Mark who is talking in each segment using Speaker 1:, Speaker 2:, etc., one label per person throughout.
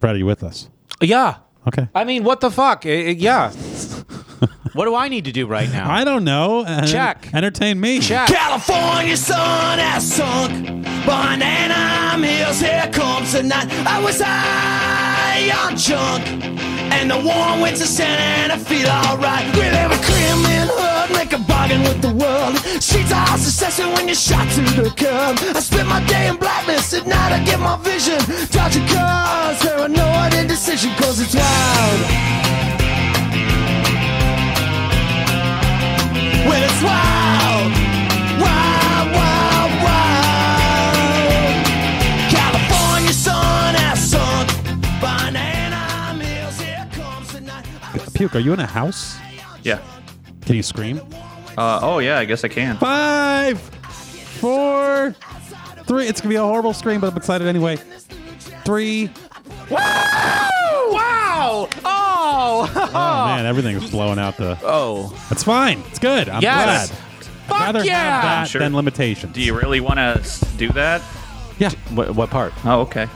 Speaker 1: Brad, are you with us?
Speaker 2: Yeah.
Speaker 1: Okay.
Speaker 2: I mean, what the fuck? Eh, eh, yeah. what do I need to do right now?
Speaker 1: I don't know. En-
Speaker 2: Check.
Speaker 1: Entertain me.
Speaker 2: Check.
Speaker 3: California sun has sunk behind Anaheim Hills. Here comes the night. I was high on junk, and the warm winter sent and I feel alright. We live a criminal hood, make a bargain with the world. Streets are all success, and when you're shot to the curb, I spend my day in blackness. At night, I get my vision. Dodging cars, paranoid indecision, cause it's wild. When it's wild. Wild, wild, wild. California sun has sunk. Banana mills, here comes the night.
Speaker 1: Puke, are you in a house?
Speaker 4: Yeah.
Speaker 1: Can you scream?
Speaker 4: Uh, oh yeah, I guess I can.
Speaker 1: Five, four, three. It's gonna be a horrible scream, but I'm excited anyway. Three.
Speaker 2: Wow. Oh.
Speaker 1: Oh, man, everything's blowing out the.
Speaker 2: Oh.
Speaker 1: That's fine. It's good. I'm
Speaker 2: Yes.
Speaker 1: glad.
Speaker 2: Fuck
Speaker 1: Rather
Speaker 2: yeah.
Speaker 1: have that
Speaker 4: Sure.
Speaker 1: than limitations.
Speaker 4: Do you really want to do that?
Speaker 1: Yeah,
Speaker 2: What, what part?
Speaker 4: Oh, okay.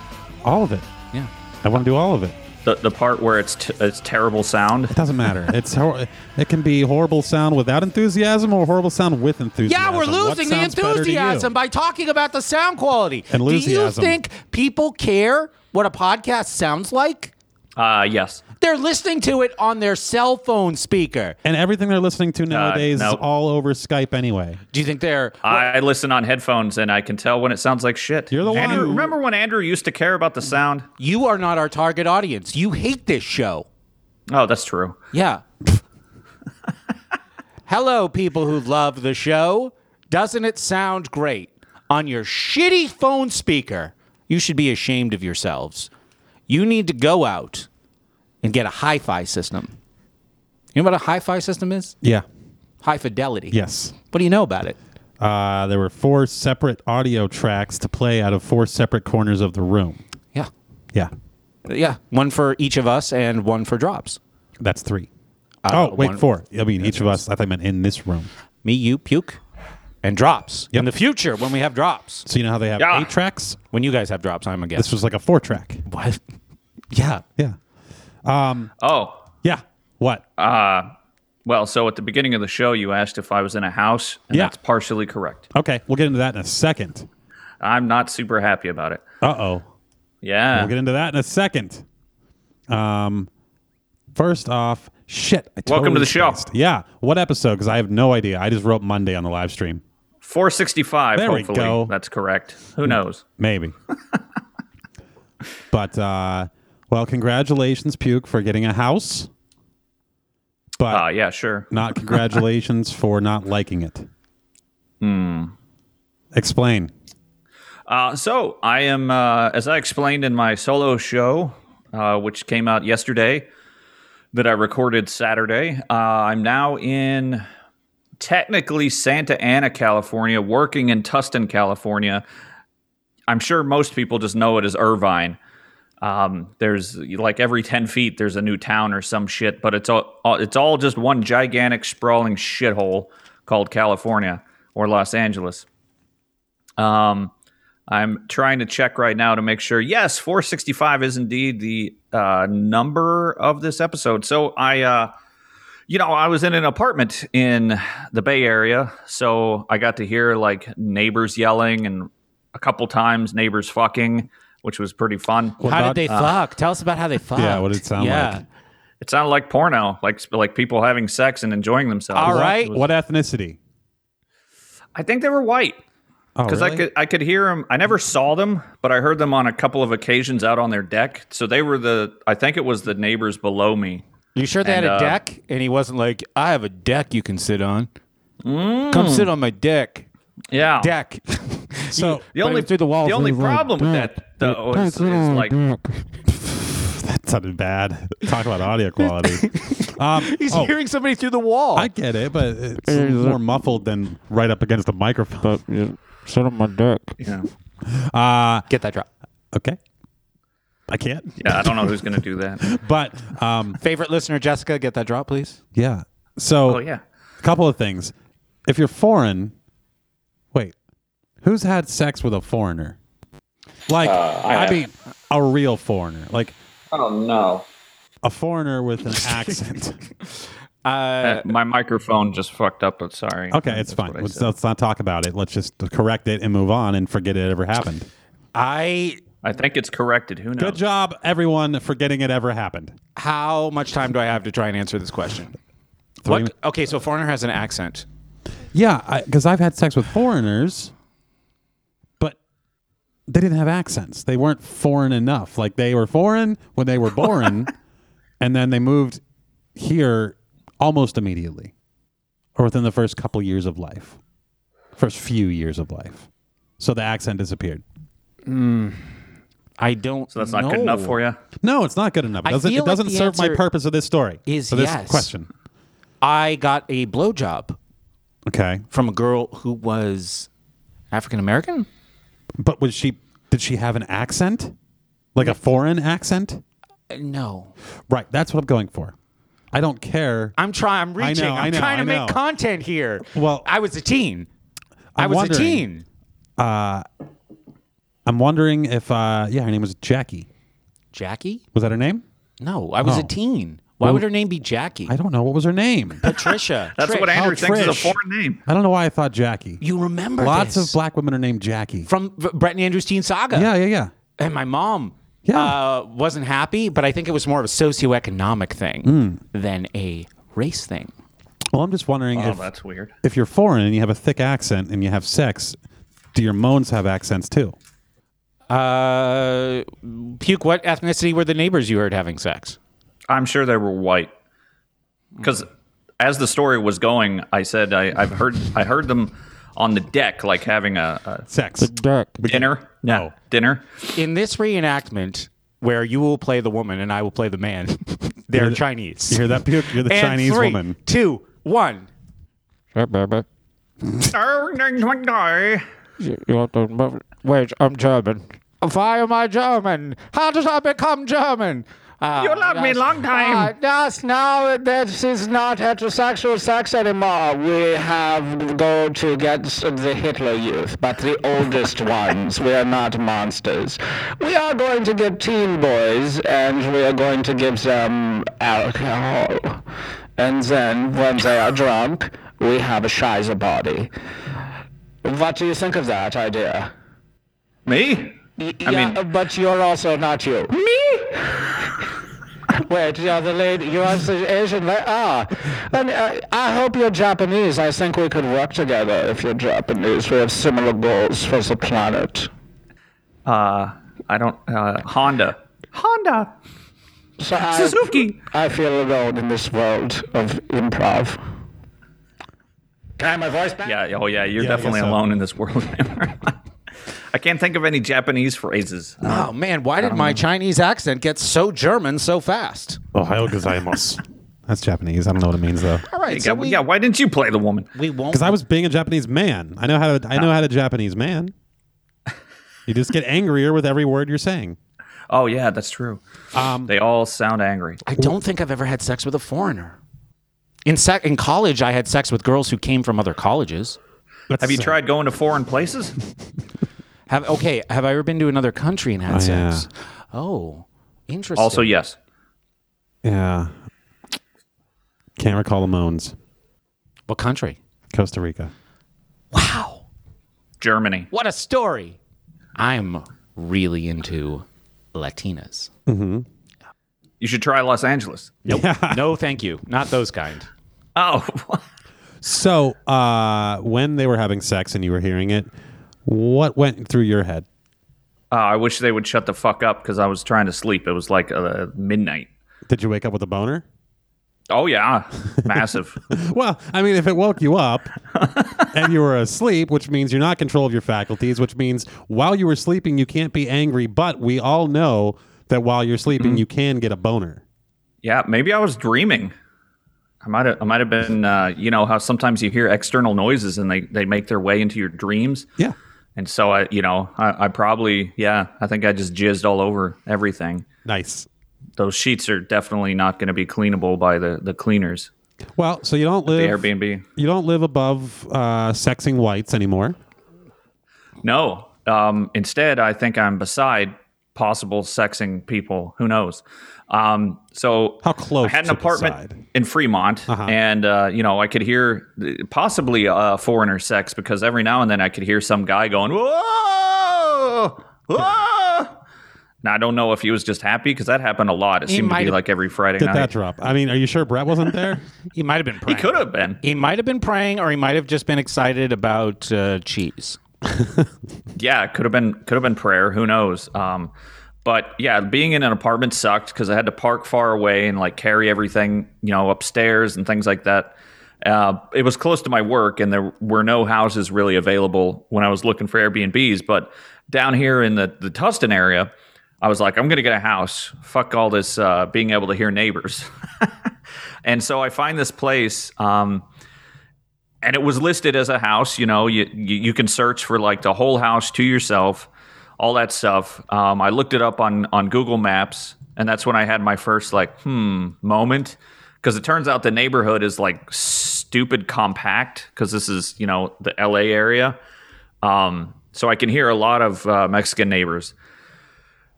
Speaker 1: all of it.
Speaker 2: Yeah.
Speaker 1: I want to do all of it.
Speaker 4: The, the part where it's t- it's terrible sound.
Speaker 1: It doesn't matter. it's hor- it can be horrible sound without enthusiasm or horrible sound with enthusiasm.
Speaker 2: Yeah, we're
Speaker 1: What
Speaker 2: losing the
Speaker 1: sounds better to you?
Speaker 2: enthusiasm by talking about the sound quality.
Speaker 1: And
Speaker 2: Do you
Speaker 1: enthusiasm.
Speaker 2: think people care what a podcast sounds like?
Speaker 4: Uh, yes.
Speaker 2: They're listening to it on their cell phone speaker.
Speaker 1: And everything they're listening to nowadays
Speaker 4: no.
Speaker 1: is all over Skype anyway.
Speaker 2: Do you think they're
Speaker 4: I listen on headphones and I can tell when it sounds like shit.
Speaker 1: You're the one
Speaker 4: Andrew,
Speaker 1: who-
Speaker 4: Remember when Andrew used to care about the sound?
Speaker 2: you are not our target audience. You hate this show.
Speaker 4: Oh, that's true.
Speaker 2: Yeah. Hello, people who love the show. Doesn't it sound great on your shitty phone speaker? You should be ashamed of yourselves. You need to go out and get a hi fi system. You know what a hi fi system is?
Speaker 1: Yeah.
Speaker 2: High fidelity.
Speaker 1: Yes.
Speaker 2: What do you know about it?
Speaker 1: Uh, there were four separate audio tracks to play out of four separate corners of the room.
Speaker 2: Yeah.
Speaker 1: Yeah,
Speaker 2: Yeah. One for each of us and one for drops.
Speaker 1: that's three.
Speaker 2: Uh,
Speaker 1: oh, wait,
Speaker 2: one-
Speaker 1: four. I mean, each of us. I thought I meant in this room.
Speaker 2: Me, you, puke, and drops.
Speaker 1: Yep.
Speaker 2: In the future, when we have drops,
Speaker 1: So you know how they have
Speaker 4: Yeah.
Speaker 1: eight tracks.
Speaker 2: when you guys have drops, I'm a guest.
Speaker 1: This was like a four track.
Speaker 2: What? Yeah.
Speaker 1: Yeah.
Speaker 4: Oh,
Speaker 1: Yeah. What?
Speaker 4: well. So at the beginning of the show, you asked if I was in a house, and
Speaker 1: Yeah.
Speaker 4: that's partially correct.
Speaker 1: okay, we'll get into that in a second.
Speaker 4: I'm not super happy about it.
Speaker 1: Uh oh.
Speaker 4: Yeah.
Speaker 1: We'll get into that in a second. Um, first off, shit. I totally
Speaker 4: Welcome to the show.
Speaker 1: spaced. Yeah. What episode? Because I have no idea. I just wrote Monday on the live stream.
Speaker 4: 465.
Speaker 1: There we
Speaker 4: hopefully,
Speaker 1: go. Hmm.
Speaker 4: that's correct. Who knows?
Speaker 1: Maybe. but uh well, congratulations, Puke, for getting a house. But
Speaker 4: Uh, yeah, sure.
Speaker 1: not congratulations for not liking it. Hmm.
Speaker 4: Hmm.
Speaker 1: Explain.
Speaker 4: Uh, so I am, uh, as I explained in my solo show, uh, which came out yesterday, that I recorded Saturday. Uh, I'm now in technically Santa Ana, California, working in Tustin, California. I'm sure most people just know it as Irvine. Um, there's like every ten feet, there's a new town or some shit, but it's all all- it's all just one gigantic sprawling shithole called California or Los Angeles. Um, I'm trying to check right now to make sure. Yes, 465 is indeed the uh, number of this episode. So I, uh, you know, I was in an apartment in the Bay Area, so I got to hear like neighbors yelling and a couple times neighbors fucking, which was pretty fun.
Speaker 1: What
Speaker 2: how
Speaker 1: about-
Speaker 2: did they fuck? Tell us about how they fucked.
Speaker 1: what did it sound like?
Speaker 4: It sounded like porno, like like people having sex and enjoying themselves.
Speaker 2: All
Speaker 1: what,
Speaker 2: right.
Speaker 1: What ethnicity?
Speaker 4: I think they were white.
Speaker 1: Oh,
Speaker 4: because I
Speaker 1: really?
Speaker 4: could I could hear them. I never saw them, but I heard them on a couple of occasions out on their deck. So they were the I think it was the neighbors below me.
Speaker 2: You sure they
Speaker 4: And,
Speaker 2: had a
Speaker 4: uh,
Speaker 2: deck? And he wasn't like, I have a deck you can sit on. Come sit on my deck.
Speaker 4: Yeah,
Speaker 2: Deck.
Speaker 1: So-
Speaker 2: the only through the walls.
Speaker 4: the only
Speaker 2: He's like,
Speaker 4: problem with
Speaker 2: "Deck,
Speaker 4: that though is, is like
Speaker 1: That sounded bad. Talk about audio quality. um,
Speaker 2: He's
Speaker 1: oh,
Speaker 2: hearing somebody through the wall.
Speaker 1: I get it, but it's more muffled than right up against the microphone.
Speaker 5: Sit on my deck.
Speaker 4: yeah,
Speaker 1: Uh,
Speaker 2: get that drop.
Speaker 1: okay. I can't.
Speaker 4: yeah. I don't know who's gonna do that.
Speaker 1: But um,
Speaker 2: Favorite listener, Jessica, get that drop, please.
Speaker 1: yeah. So
Speaker 4: Oh yeah,
Speaker 1: a couple of things. If you're foreign, wait, who's had sex with a foreigner? Like, I, mean, a real foreigner. Like,
Speaker 4: Oh no.
Speaker 1: A foreigner with an accent.
Speaker 4: Uh, my microphone just fucked up. But sorry.
Speaker 1: Uh, Okay, it's
Speaker 4: That's
Speaker 1: fine.
Speaker 4: what I
Speaker 1: Let's,
Speaker 4: said.
Speaker 1: let's not talk about it. Let's just correct it and move on and forget it ever happened.
Speaker 2: I
Speaker 4: I think it's corrected. Who knows?
Speaker 1: Good job, everyone, for getting it ever happened.
Speaker 2: how much time do I have to try and answer this question?
Speaker 1: Three-
Speaker 2: What? Okay, so foreigner has an accent.
Speaker 1: Yeah, because I've had sex with foreigners, but they didn't have accents. They weren't foreign enough. Like they were foreign when they were born, and then they moved here almost immediately, or within the first couple years of life, first few years of life. So the accent disappeared.
Speaker 2: I don't.
Speaker 4: So that's not good enough for you.
Speaker 1: No, it's not good enough. It
Speaker 2: I
Speaker 1: doesn't,
Speaker 2: feel
Speaker 1: it
Speaker 2: like
Speaker 1: doesn't
Speaker 2: the
Speaker 1: serve my
Speaker 2: answer
Speaker 1: purpose of this story.
Speaker 2: is
Speaker 1: of this
Speaker 2: yes.
Speaker 1: question.
Speaker 2: I got a blowjob
Speaker 1: Okay,
Speaker 2: from a girl who was African American.
Speaker 1: but was she? Did she have an accent, like a foreign accent?
Speaker 2: No,
Speaker 1: Right. That's what I'm going for. I don't care.
Speaker 2: I'm trying. I'm
Speaker 1: I know,
Speaker 2: reaching.
Speaker 1: I
Speaker 2: I'm
Speaker 1: know,
Speaker 2: trying
Speaker 1: I
Speaker 2: to
Speaker 1: know.
Speaker 2: make content here.
Speaker 1: Well,
Speaker 2: I was a teen. i
Speaker 1: I'm
Speaker 2: was a
Speaker 1: wondering-
Speaker 2: teen.
Speaker 1: I'm wondering if, uh, yeah, her name was Jackie.
Speaker 2: Jackie?
Speaker 1: Was that her name?
Speaker 2: No, I was
Speaker 1: Oh.
Speaker 2: a teen. Why would her name be Jackie?
Speaker 1: I don't know. What was her name?
Speaker 2: Patricia.
Speaker 4: That's what
Speaker 2: Trish.
Speaker 4: Andrew
Speaker 1: Oh,
Speaker 4: thinks is a
Speaker 1: Trish.
Speaker 4: foreign name.
Speaker 1: I don't know why I thought Jackie.
Speaker 2: You remember
Speaker 1: Lots
Speaker 2: this
Speaker 1: of black women are named Jackie.
Speaker 2: from v- Brett and Andrew's Teen Saga.
Speaker 1: yeah, yeah, yeah.
Speaker 2: and my mom
Speaker 1: Yeah.
Speaker 2: uh, wasn't happy, but I think it was more of a socioeconomic thing
Speaker 1: Hmm.
Speaker 2: than a race thing.
Speaker 1: Well, I'm just wondering
Speaker 4: Oh,
Speaker 1: if,
Speaker 4: that's weird.
Speaker 1: if you're foreign and you have a thick accent and you have sex, do your moans have accents too?
Speaker 2: Uh, puke. What ethnicity were the neighbors you heard having sex?
Speaker 4: I'm sure they were white. Because as the story was going, I said I, I've heard I heard them on the deck, like having a,
Speaker 1: Sex.
Speaker 2: Dirk.
Speaker 4: a dinner. No dinner.
Speaker 2: In this reenactment, where you will play the woman and I will play the man, they're Chinese.
Speaker 1: You hear that, puke? You're the
Speaker 2: and
Speaker 1: Chinese
Speaker 2: three,
Speaker 1: woman.
Speaker 2: Two, one. Wait, I'm German. Why am I German? How did I become German? Uh,
Speaker 4: You loved me long time.
Speaker 2: Uh, yes, now
Speaker 6: This is not heterosexual sex anymore. We have go to get the Hitler Youth, but the oldest ones. We are not monsters. We are going to get teen boys, and we are going to give them alcohol. And then, when they are drunk, we have a shizer body. What do you think of that idea?
Speaker 4: Me?
Speaker 6: yeah,
Speaker 4: mean-
Speaker 6: uh, but you're also not you. Me? Wait, you're the lady. You are the Asian. la- Ah, and uh, I hope you're Japanese. I think we could work together if you're Japanese. We have similar goals for the planet.
Speaker 4: Uh, I don't. Uh, Honda. Honda.
Speaker 6: So I, I feel alone in this world of improv. Can I have my voice back?
Speaker 4: Yeah. Oh yeah. You're
Speaker 1: Yeah, I
Speaker 4: definitely
Speaker 1: guess so.
Speaker 4: alone in this world. I can't think of any Japanese phrases.
Speaker 1: Uh,
Speaker 2: Oh man, why did my Chinese accent get so German so fast?
Speaker 1: Ohio gozaimasu. That's Japanese. I don't know what it means though.
Speaker 2: All right,
Speaker 4: yeah,
Speaker 2: so we,
Speaker 4: yeah. Why didn't you play the woman?
Speaker 2: we won't.
Speaker 1: Because I was being a Japanese man. I know how to. I know how to Japanese man. You just get angrier with every word you're saying.
Speaker 4: Oh yeah, that's true. Um, they all sound angry.
Speaker 2: I don't think I've ever had sex with a foreigner. In sec- in college, I had sex with girls who came from other colleges.
Speaker 1: That's,
Speaker 4: Have you
Speaker 1: uh,
Speaker 4: tried going to foreign places?
Speaker 2: Have okay? Have I ever been to another country and had
Speaker 1: yeah.
Speaker 2: sex? Oh, interesting.
Speaker 4: also, yes.
Speaker 1: Yeah. Can't recall the moans.
Speaker 2: what country?
Speaker 1: Costa Rica.
Speaker 2: Wow,
Speaker 4: Germany.
Speaker 2: what a story! I'm really into Latinas.
Speaker 4: You should try Los Angeles.
Speaker 2: no, thank you. Not those kind.
Speaker 4: Oh,
Speaker 1: So, uh, when they were having sex and you were hearing it, what went through your head?
Speaker 4: Uh, I wish they would shut the fuck up because I was trying to sleep. It was like uh, midnight.
Speaker 1: Did you wake up with a boner?
Speaker 4: Oh yeah, massive.
Speaker 1: Well, I mean, if it woke you up and you were asleep, which means you're not in control of your faculties, which means while you were sleeping, you can't be angry. But we all know that while you're sleeping, you can get a boner.
Speaker 4: yeah, maybe I was dreaming. I might have. I might have been. Uh, you know how sometimes you hear external noises and they they make their way into your dreams.
Speaker 1: Yeah.
Speaker 4: And so I, you know, I, I probably, yeah, I think I just jizzed all over everything.
Speaker 1: Nice.
Speaker 4: Those sheets are definitely not going to be cleanable by the the cleaners.
Speaker 1: Well, so you don't
Speaker 4: The
Speaker 1: live
Speaker 4: Airbnb.
Speaker 1: you don't live above uh, sexing whites anymore.
Speaker 4: No. Um, instead, I think I'm beside possible sexing people. Who knows? Um, so
Speaker 1: How close
Speaker 4: I had an
Speaker 1: to Uh-huh. the
Speaker 4: apartment
Speaker 1: side?
Speaker 4: in Fremont, and uh, you know I could hear uh, possibly uh, foreigner sex because every now and then I could hear some guy going whoa, whoa. Now I don't know if he was just happy because that happened a lot. It seemed to be
Speaker 2: might've-
Speaker 4: like every Friday
Speaker 1: Did
Speaker 4: night.
Speaker 1: that drop? I mean, are you sure Brett wasn't there?
Speaker 2: He might have been
Speaker 4: he
Speaker 2: praying.
Speaker 4: could have been.
Speaker 2: He might have been praying, or he might have just been excited about uh, cheese.
Speaker 4: yeah, it could have been could have been prayer. Who knows? Um, but yeah, being in an apartment sucked because I had to park far away and like carry everything, you know, upstairs and things like that. Uh, it was close to my work, and there were no houses really available when I was looking for Airbnbs. But down here in the the Tustin area, I was like, I'm gonna get a house. Fuck all this uh, being able to hear neighbors. and so I find this place. Um, and it was listed as a house. You know, you you, you can search for like the whole house to yourself, all that stuff. Um, I looked it up on on Google Maps, and that's when I had my first like hmm moment because it turns out the neighborhood is like stupid compact because this is you know the L.A. area. Um, so I can hear a lot of uh, Mexican neighbors.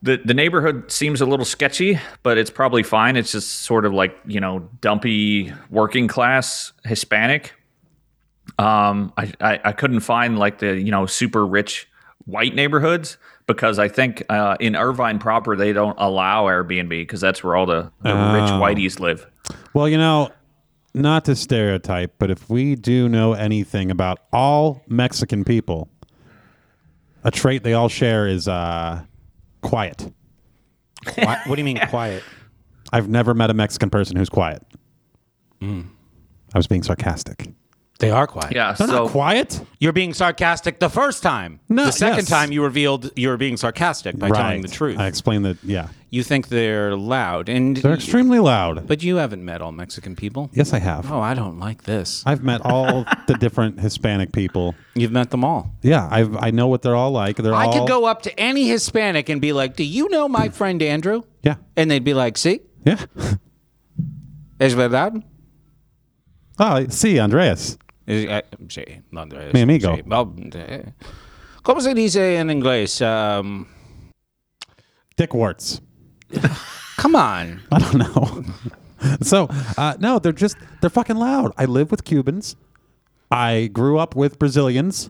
Speaker 4: The, the neighborhood seems a little sketchy, but it's probably fine. It's just sort of like, you know, dumpy working class Hispanic um, I, I, I couldn't find like the you know super rich white neighborhoods because I think uh, in Irvine proper they don't allow Airbnb because that's where all the, the rich
Speaker 1: Oh.
Speaker 4: whiteys live.
Speaker 1: Well, you know, not to stereotype, but if we do know anything about all Mexican people, a trait they all share is uh, quiet.
Speaker 2: Why, what do you mean quiet?
Speaker 1: I've never met a Mexican person who's quiet.
Speaker 2: Hmm.
Speaker 1: I was being sarcastic.
Speaker 2: They are quiet.
Speaker 4: Yeah,
Speaker 1: They're
Speaker 4: so
Speaker 1: not quiet.
Speaker 2: You're being sarcastic the first time.
Speaker 1: No,
Speaker 2: the second
Speaker 1: yes.
Speaker 2: time you revealed you were being sarcastic by telling the truth.
Speaker 1: I explained that. Yeah,
Speaker 2: you think they're loud, and
Speaker 1: they're extremely loud.
Speaker 2: But you haven't met all Mexican people.
Speaker 1: yes, I have.
Speaker 2: Oh, I don't like this.
Speaker 1: I've met all the different Hispanic people.
Speaker 2: You've met them all.
Speaker 1: Yeah, I've, I know what they're all like. They're
Speaker 2: I
Speaker 1: all
Speaker 2: could go up to any Hispanic and be like, "Do you know my friend Andrew?"
Speaker 1: Yeah,
Speaker 2: And they'd be like, "Sí,
Speaker 1: yeah.
Speaker 2: es verdad."
Speaker 1: Oh, see, Andreas.
Speaker 2: Eh, eh, sí, no, eh,
Speaker 1: Mi amigo.
Speaker 2: sí. Well, eh, ¿Cómo se dice en inglés? Um,
Speaker 1: Dick Warts.
Speaker 2: come on.
Speaker 1: I don't know. so uh, no, they're just they're fucking loud. I live with Cubans. I grew up with Brazilians.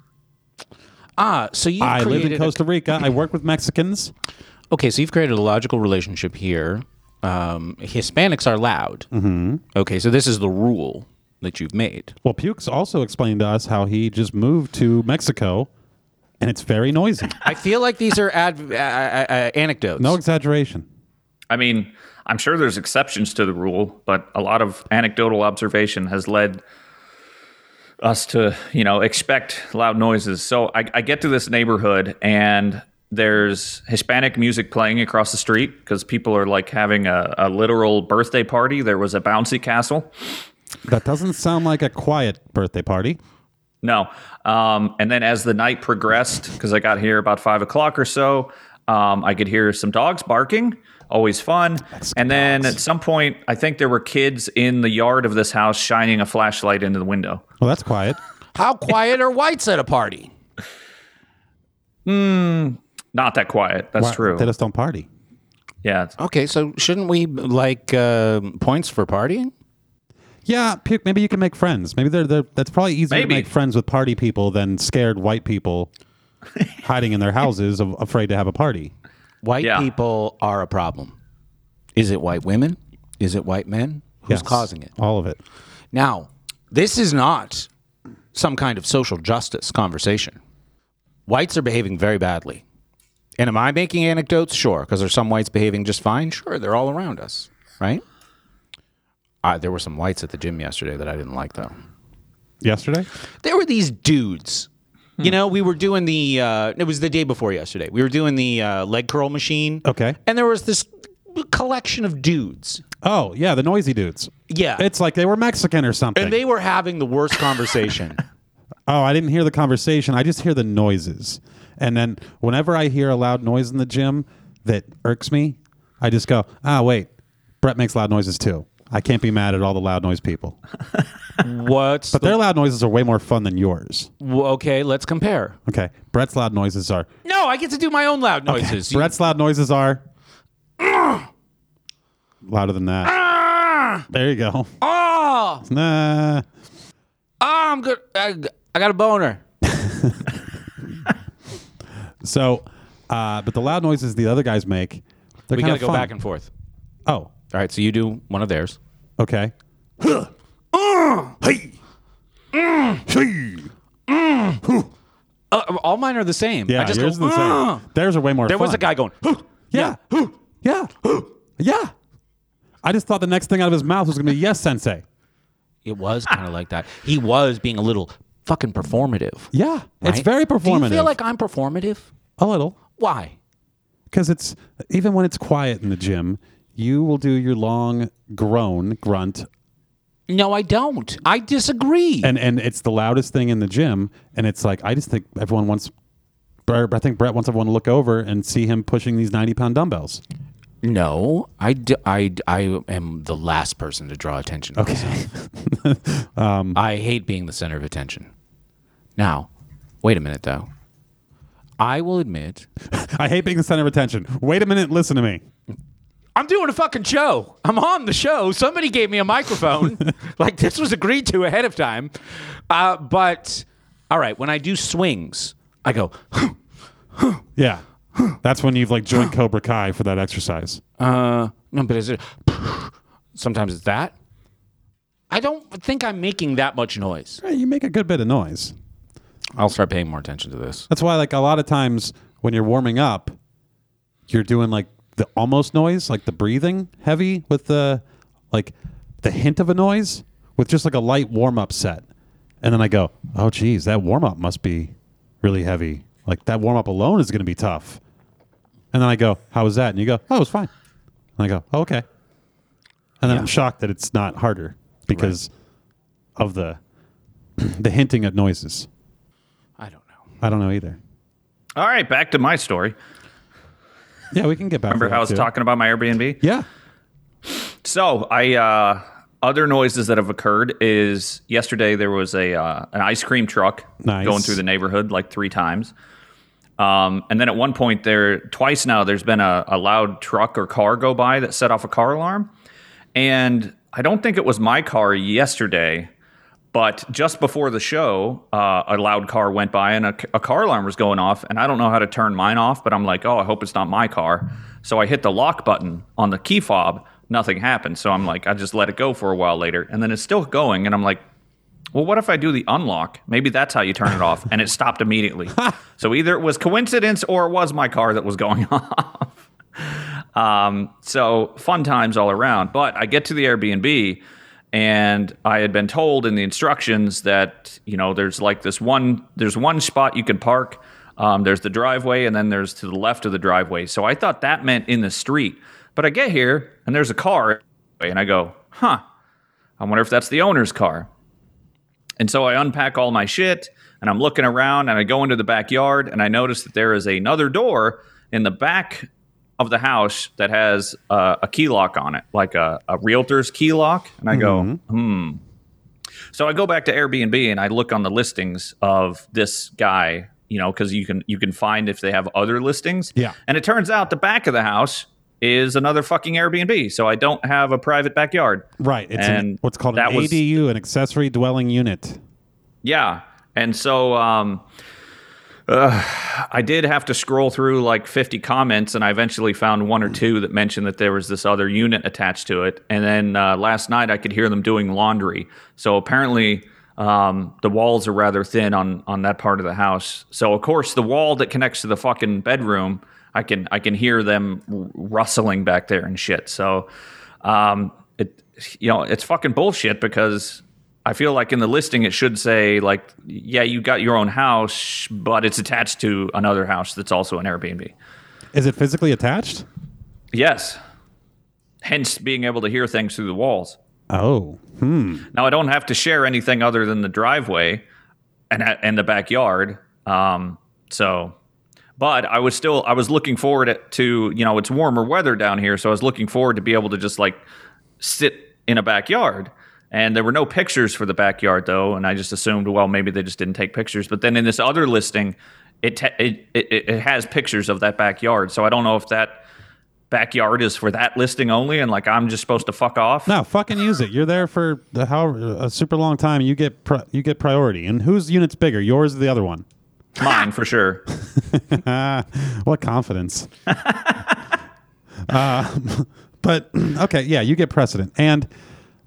Speaker 2: Ah, so you
Speaker 1: I live
Speaker 2: created
Speaker 1: in
Speaker 2: a-
Speaker 1: Costa Rica. I work with Mexicans.
Speaker 2: okay, so you've created a logical relationship here. Um, Hispanics are loud. Mm-hmm. Okay, so this is the rule that you've made.
Speaker 1: Well, Pukes also explained to us how he just moved to Mexico, and it's very noisy.
Speaker 2: I feel like these are ad- uh, uh, uh, anecdotes.
Speaker 1: No exaggeration.
Speaker 4: I mean, I'm sure there's exceptions to the rule, but a lot of anecdotal observation has led us to, you know, expect loud noises. So I, I get to this neighborhood and there's Hispanic music playing across the street because people are like having a, a literal birthday party. There was a bouncy castle.
Speaker 1: That doesn't sound like a quiet birthday party.
Speaker 4: No. Um, and then as the night progressed, because I got here about five o'clock or so, um, I could hear some dogs barking. Always fun. and then at some point, I think there were kids in the yard of this house shining a flashlight into the window.
Speaker 1: Well, that's quiet.
Speaker 2: How quiet are whites at a party?
Speaker 4: Not that quiet. That's
Speaker 1: Why-
Speaker 4: true.
Speaker 1: They just don't party.
Speaker 4: yeah.
Speaker 2: Okay, so shouldn't we like um points for partying?
Speaker 1: Yeah, Puke. Maybe you can make friends. Maybe they're, they're that's probably easier
Speaker 4: Maybe.
Speaker 1: to make friends with party people than scared white people hiding in their houses, of, afraid to have a party.
Speaker 2: White
Speaker 4: Yeah.
Speaker 2: people are a problem. Is it white women? Is it white men? Who's
Speaker 1: Yes,
Speaker 2: causing it?
Speaker 1: All of it.
Speaker 2: Now, this is not some kind of social justice conversation. Whites are behaving very badly. And am I making anecdotes? Sure, because are some whites behaving just fine? Sure, they're all around us, right? Uh, there were some whites at the gym yesterday that I didn't like, though.
Speaker 1: Yesterday,
Speaker 2: there were these dudes. You know, we were doing the. Uh, it was the day before yesterday. We were doing the uh, leg curl machine.
Speaker 1: Okay.
Speaker 2: And there was this collection of dudes.
Speaker 1: Oh yeah, the noisy dudes.
Speaker 2: Yeah.
Speaker 1: It's like they were Mexican or something.
Speaker 2: and they were having the worst conversation.
Speaker 1: oh, I didn't hear the conversation. I just hear the noises. And then whenever I hear a loud noise in the gym that irks me, I just go, ah, wait, Brett makes loud noises too. I can't be mad at all the loud noise people.
Speaker 2: What's
Speaker 1: But their loud noises are way more fun than yours.
Speaker 2: w- okay? Let's compare.
Speaker 1: Okay. Brett's loud noises are.
Speaker 2: No, I get to do my own loud noises. You-
Speaker 1: Brett's loud noises are. louder than that. There you go.
Speaker 2: oh,
Speaker 1: Nah.
Speaker 2: ah, I'm good. I, I got a boner.
Speaker 1: So, uh, but the loud noises the other guys make, they're
Speaker 2: We
Speaker 1: kind
Speaker 2: gotta
Speaker 1: of
Speaker 2: go
Speaker 1: fun.
Speaker 2: back and forth.
Speaker 1: oh,
Speaker 2: All right, so you do one of theirs.
Speaker 1: okay.
Speaker 2: Uh, all mine are the same.
Speaker 1: Yeah,
Speaker 2: I just
Speaker 1: yours
Speaker 2: go,
Speaker 1: is the
Speaker 2: "Ugh."
Speaker 1: same. Theirs are way more.
Speaker 2: There was
Speaker 1: fun.
Speaker 2: a guy going, "Huh."
Speaker 1: Yeah. Yeah. Yeah. I just thought the next thing out of his mouth was going to be yes, sensei.
Speaker 2: it was kind of like that. He was being a little fucking performative.
Speaker 1: Yeah. It's
Speaker 2: right?
Speaker 1: very performative.
Speaker 2: Do you feel like I'm performative?
Speaker 1: a little.
Speaker 2: Why?
Speaker 1: Because it's even when it's quiet in the gym, you will do your long groan, grunt,
Speaker 2: No, I don't. I disagree.
Speaker 1: and and it's the loudest thing in the gym. And it's like I just think everyone wants. Bre- I think Brett wants everyone to look over and see him pushing these ninety pound dumbbells.
Speaker 2: no, I, d- I, d- I am the last person to draw attention. Okay. I hate being the center of attention. Now, wait a minute, though. I will admit,
Speaker 1: I hate being the center of attention. Wait a minute, listen to me.
Speaker 2: I'm doing a fucking show. I'm on the show. Somebody gave me a microphone. like this was agreed to ahead of time. Uh, but all right, when I do swings, I go,
Speaker 1: Yeah, that's when you've like joined Cobra Kai for that exercise.
Speaker 2: uh, no, but is it? Sometimes it's that. I don't think I'm making that much noise.
Speaker 1: Right, you make a good bit of noise.
Speaker 2: I'll start paying more attention to this.
Speaker 1: That's why, like, a lot of times when you're warming up, you're doing like the almost noise, like the breathing heavy with the like the hint of a noise with just like a light warm up set. And then I go, oh, geez, that warm up must be really heavy. Like, that warm up alone is going to be tough. And then I go, how was that? And you go, oh, it was fine. And I go, oh, okay. And then I'm shocked that it's not harder because of the the hinting at noises.
Speaker 2: I don't know.
Speaker 1: I don't know either.
Speaker 4: All right, back to my story.
Speaker 1: Yeah, we can get back.
Speaker 4: Remember
Speaker 1: to
Speaker 4: how I
Speaker 1: that
Speaker 4: was
Speaker 1: too.
Speaker 4: talking about my Airbnb?
Speaker 1: Yeah,
Speaker 4: So I uh, other noises that have occurred is yesterday there was a uh, an ice cream truck
Speaker 1: Nice.
Speaker 4: going through the neighborhood like three times, um, and then at one point there twice now there's been a, a loud truck or car go by that set off a car alarm, and I don't think it was my car yesterday. But just before the show, uh, a loud car went by and a, a car alarm was going off. And I don't know how to turn mine off, but I'm like, oh, I hope it's not my car. So I hit the lock button on the key fob. Nothing happened. So I'm like, I just let it go for a while later. And then it's still going. And I'm like, well, what if I do the unlock? Maybe that's how you turn it off. And it stopped immediately. so either it was coincidence or it was my car that was going off. Um, so fun times all around. But I get to the Airbnb and I had been told in the instructions that, you know, there's like this one, there's one spot you can park. Um, there's the driveway and then there's to the left of the driveway. So I thought that meant in the street. But I get here and there's a car and I go, huh, I wonder if that's the owner's car. And so I unpack all my shit and I'm looking around and I go into the backyard and I notice that there is another door in the back of the house that has uh, a key lock on it, like a, a realtor's key lock. And I go, "Hmm." so I go back to Airbnb and I look on the listings of this guy, you know, because you can you can find if they have other listings.
Speaker 1: Yeah.
Speaker 4: And it turns out the back of the house is another fucking Airbnb. So I don't have a private backyard.
Speaker 1: right. It's an,
Speaker 4: And
Speaker 1: what's called an
Speaker 4: that was-
Speaker 1: ADU, an accessory dwelling unit.
Speaker 4: Yeah. And so um, uh, I did have to scroll through like 50 comments, and I eventually found one or two that mentioned that there was this other unit attached to it. And then uh, last night I could hear them doing laundry. So apparently. Um, the walls are rather thin on on that part of the house. So of course the wall that connects to the fucking bedroom, I can I can hear them r- rustling back there and shit. So um, it you know it's fucking bullshit because I feel like in the listing it should say like, yeah, you got your own house, but it's attached to another house that's also an Airbnb.
Speaker 1: Is it physically attached?
Speaker 4: Yes. Hence being able to hear things through the walls.
Speaker 1: Oh,
Speaker 4: Now I don't have to share anything other than the driveway and and the backyard. Um, so, but I was still I was looking forward to you know it's warmer weather down here, so I was looking forward to be able to just like sit in a backyard. And there were no pictures for the backyard though, and I just assumed, well, maybe they just didn't take pictures. But then in this other listing, it ta- it, it it has pictures of that backyard, so I don't know if that backyard is for that listing only, and like I'm just supposed to fuck off.
Speaker 1: No, fucking use it. You're there for the how a super long time. You get pri- you get priority. And whose unit's bigger, yours or the other one?
Speaker 4: Mine for sure.
Speaker 1: What confidence. uh, but okay, yeah, you get precedent. And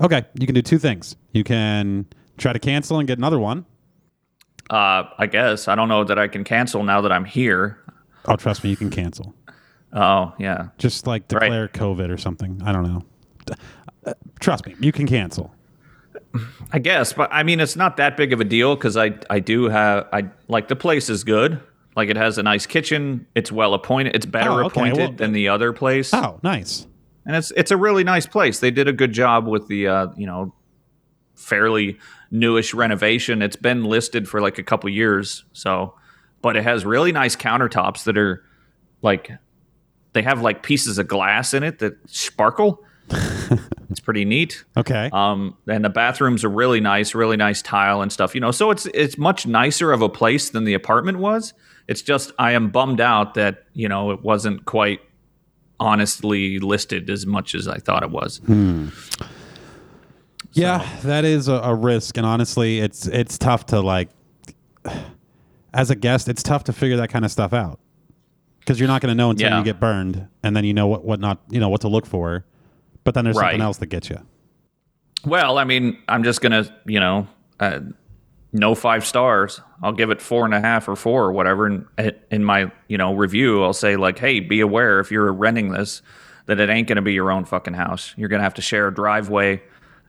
Speaker 1: okay, you can do two things. You can try to cancel and get another one.
Speaker 4: Uh, I guess I don't know that I can cancel now that I'm here.
Speaker 1: Oh, trust me, you can cancel.
Speaker 4: Oh yeah,
Speaker 1: Just like declare COVID or something. I don't know. D- uh, Trust me, you can cancel.
Speaker 4: I guess, but I mean, it's not that big of a deal because I I do have I like the place is good. Like it has a nice kitchen. It's well appointed. It's better
Speaker 1: Oh, okay,
Speaker 4: appointed
Speaker 1: well-
Speaker 4: than the other place,
Speaker 1: Oh, nice.
Speaker 4: and it's it's a really nice place. They did a good job with the uh, you know fairly newish renovation. It's been listed for like a couple years, so but it has really nice countertops that are like they have like pieces of glass in it that sparkle. it's pretty neat.
Speaker 1: Okay.
Speaker 4: Um, and the bathrooms are really nice, really nice tile and stuff. You know, so it's it's much nicer of a place than the apartment was. It's just I am bummed out that you know it wasn't quite honestly listed as much as I thought it was.
Speaker 1: Yeah, that is a, a risk, and honestly, it's it's tough to like. As a guest, it's tough to figure that kind of stuff out because you're not going to know until
Speaker 4: Yeah.
Speaker 1: you get burned, and then you know what what not you know what to look for, but then there's something
Speaker 4: Right.
Speaker 1: else that gets you.
Speaker 4: Well, I mean, I'm just gonna you know, uh, no five stars. I'll give it four and a half or four or whatever. And it- in my you know review, I'll say like, hey, be aware if you're renting this that it ain't gonna be your own fucking house. You're gonna have to share a driveway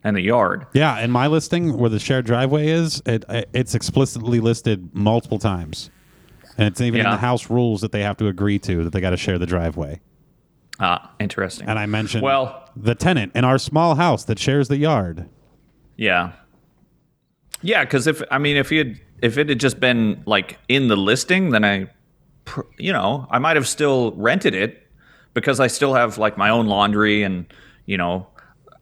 Speaker 4: and the yard.
Speaker 1: Yeah, in my listing where the shared driveway is, it it- it's explicitly listed multiple times, and it's even in
Speaker 4: Yeah.
Speaker 1: the house rules that they have to agree to that they got to share the driveway.
Speaker 4: Ah, interesting.
Speaker 1: And I mentioned
Speaker 4: Well-
Speaker 1: the tenant in our small house that shares the yard.
Speaker 4: yeah, yeah. Because if I mean, if he had, if it had just been like in the listing, then I, pr- you know, I might have still rented it because I still have like my own laundry and you know,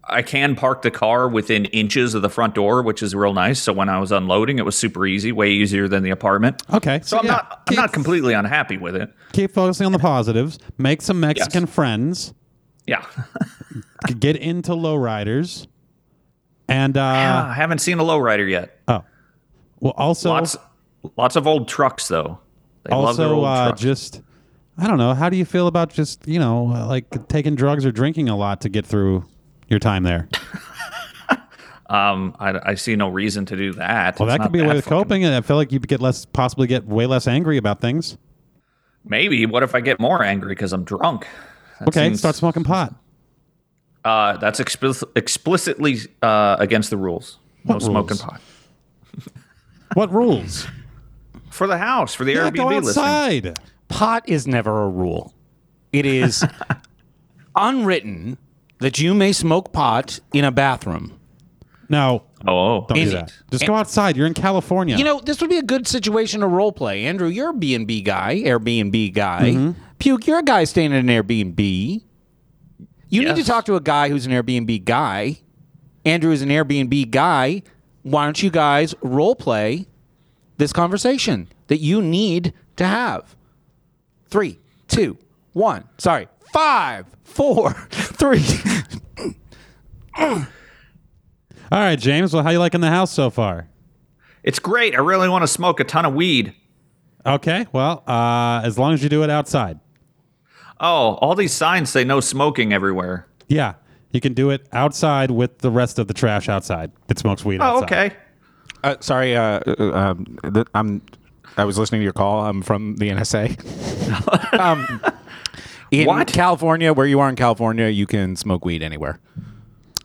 Speaker 4: I can park the car within inches of the front door, which is real nice. So when I was unloading, it was super easy, way easier than the apartment.
Speaker 1: Okay,
Speaker 4: So I'm
Speaker 1: yeah,
Speaker 4: not, I'm not completely unhappy with it.
Speaker 1: keep focusing on the positives. Make some Mexican friends.
Speaker 4: Yeah.
Speaker 1: g- Get into lowriders. And uh,
Speaker 4: Ah, I haven't seen a lowrider yet.
Speaker 1: well, also
Speaker 4: Lots, lots of old trucks though. They love their
Speaker 1: also
Speaker 4: old
Speaker 1: uh,
Speaker 4: trucks.
Speaker 1: just I don't know. How do you feel about just you know uh, like taking drugs or drinking a lot to get through your time there?
Speaker 4: Um, I, I see no reason to do that.
Speaker 1: Well,
Speaker 4: It's
Speaker 1: that
Speaker 4: not
Speaker 1: could be a way of
Speaker 4: fucking-
Speaker 1: coping, and I feel like you get less possibly get way less angry about things.
Speaker 4: Maybe. What if I get more angry because I'm drunk? That
Speaker 1: Okay,
Speaker 4: seems-
Speaker 1: start smoking pot.
Speaker 4: Uh, that's explic- explicitly uh, against the rules. No
Speaker 1: What
Speaker 4: smoking
Speaker 1: rules?
Speaker 4: pot
Speaker 1: What rules?
Speaker 4: for the house for the
Speaker 1: yeah,
Speaker 4: Airbnb
Speaker 1: go
Speaker 4: listing.
Speaker 1: outside.
Speaker 3: pot is never a rule. It is unwritten that you may smoke pot in a bathroom.
Speaker 1: No,
Speaker 4: Oh,
Speaker 1: don't do
Speaker 3: Is
Speaker 1: that.
Speaker 3: it?
Speaker 1: Just go outside. You're in California.
Speaker 3: You know, this would be a good situation to role play. Andrew, you're a B&B guy, Airbnb guy. Puke, you're a guy staying in an Airbnb. You need to
Speaker 4: Yes.
Speaker 3: talk to a guy who's an Airbnb guy. Andrew is an Airbnb guy. Why don't you guys role play this conversation that you need to have? Three, two, one. Sorry, five, four, three.
Speaker 1: All right, James. Well, how you liking the house so far?
Speaker 4: it's great. I really want to smoke a ton of weed.
Speaker 1: Okay. Well, uh, as long as you do it outside.
Speaker 4: Oh, all these signs say no smoking everywhere.
Speaker 1: Yeah, you can do it outside with the rest of the trash outside that smokes weed.
Speaker 4: Oh,
Speaker 1: outside.
Speaker 4: okay.
Speaker 2: Uh, sorry, uh, uh, um, th- I'm. I was listening to your call. I'm from the NSA.
Speaker 3: In
Speaker 4: What?
Speaker 2: Um, California, where you are in California, you can smoke weed anywhere.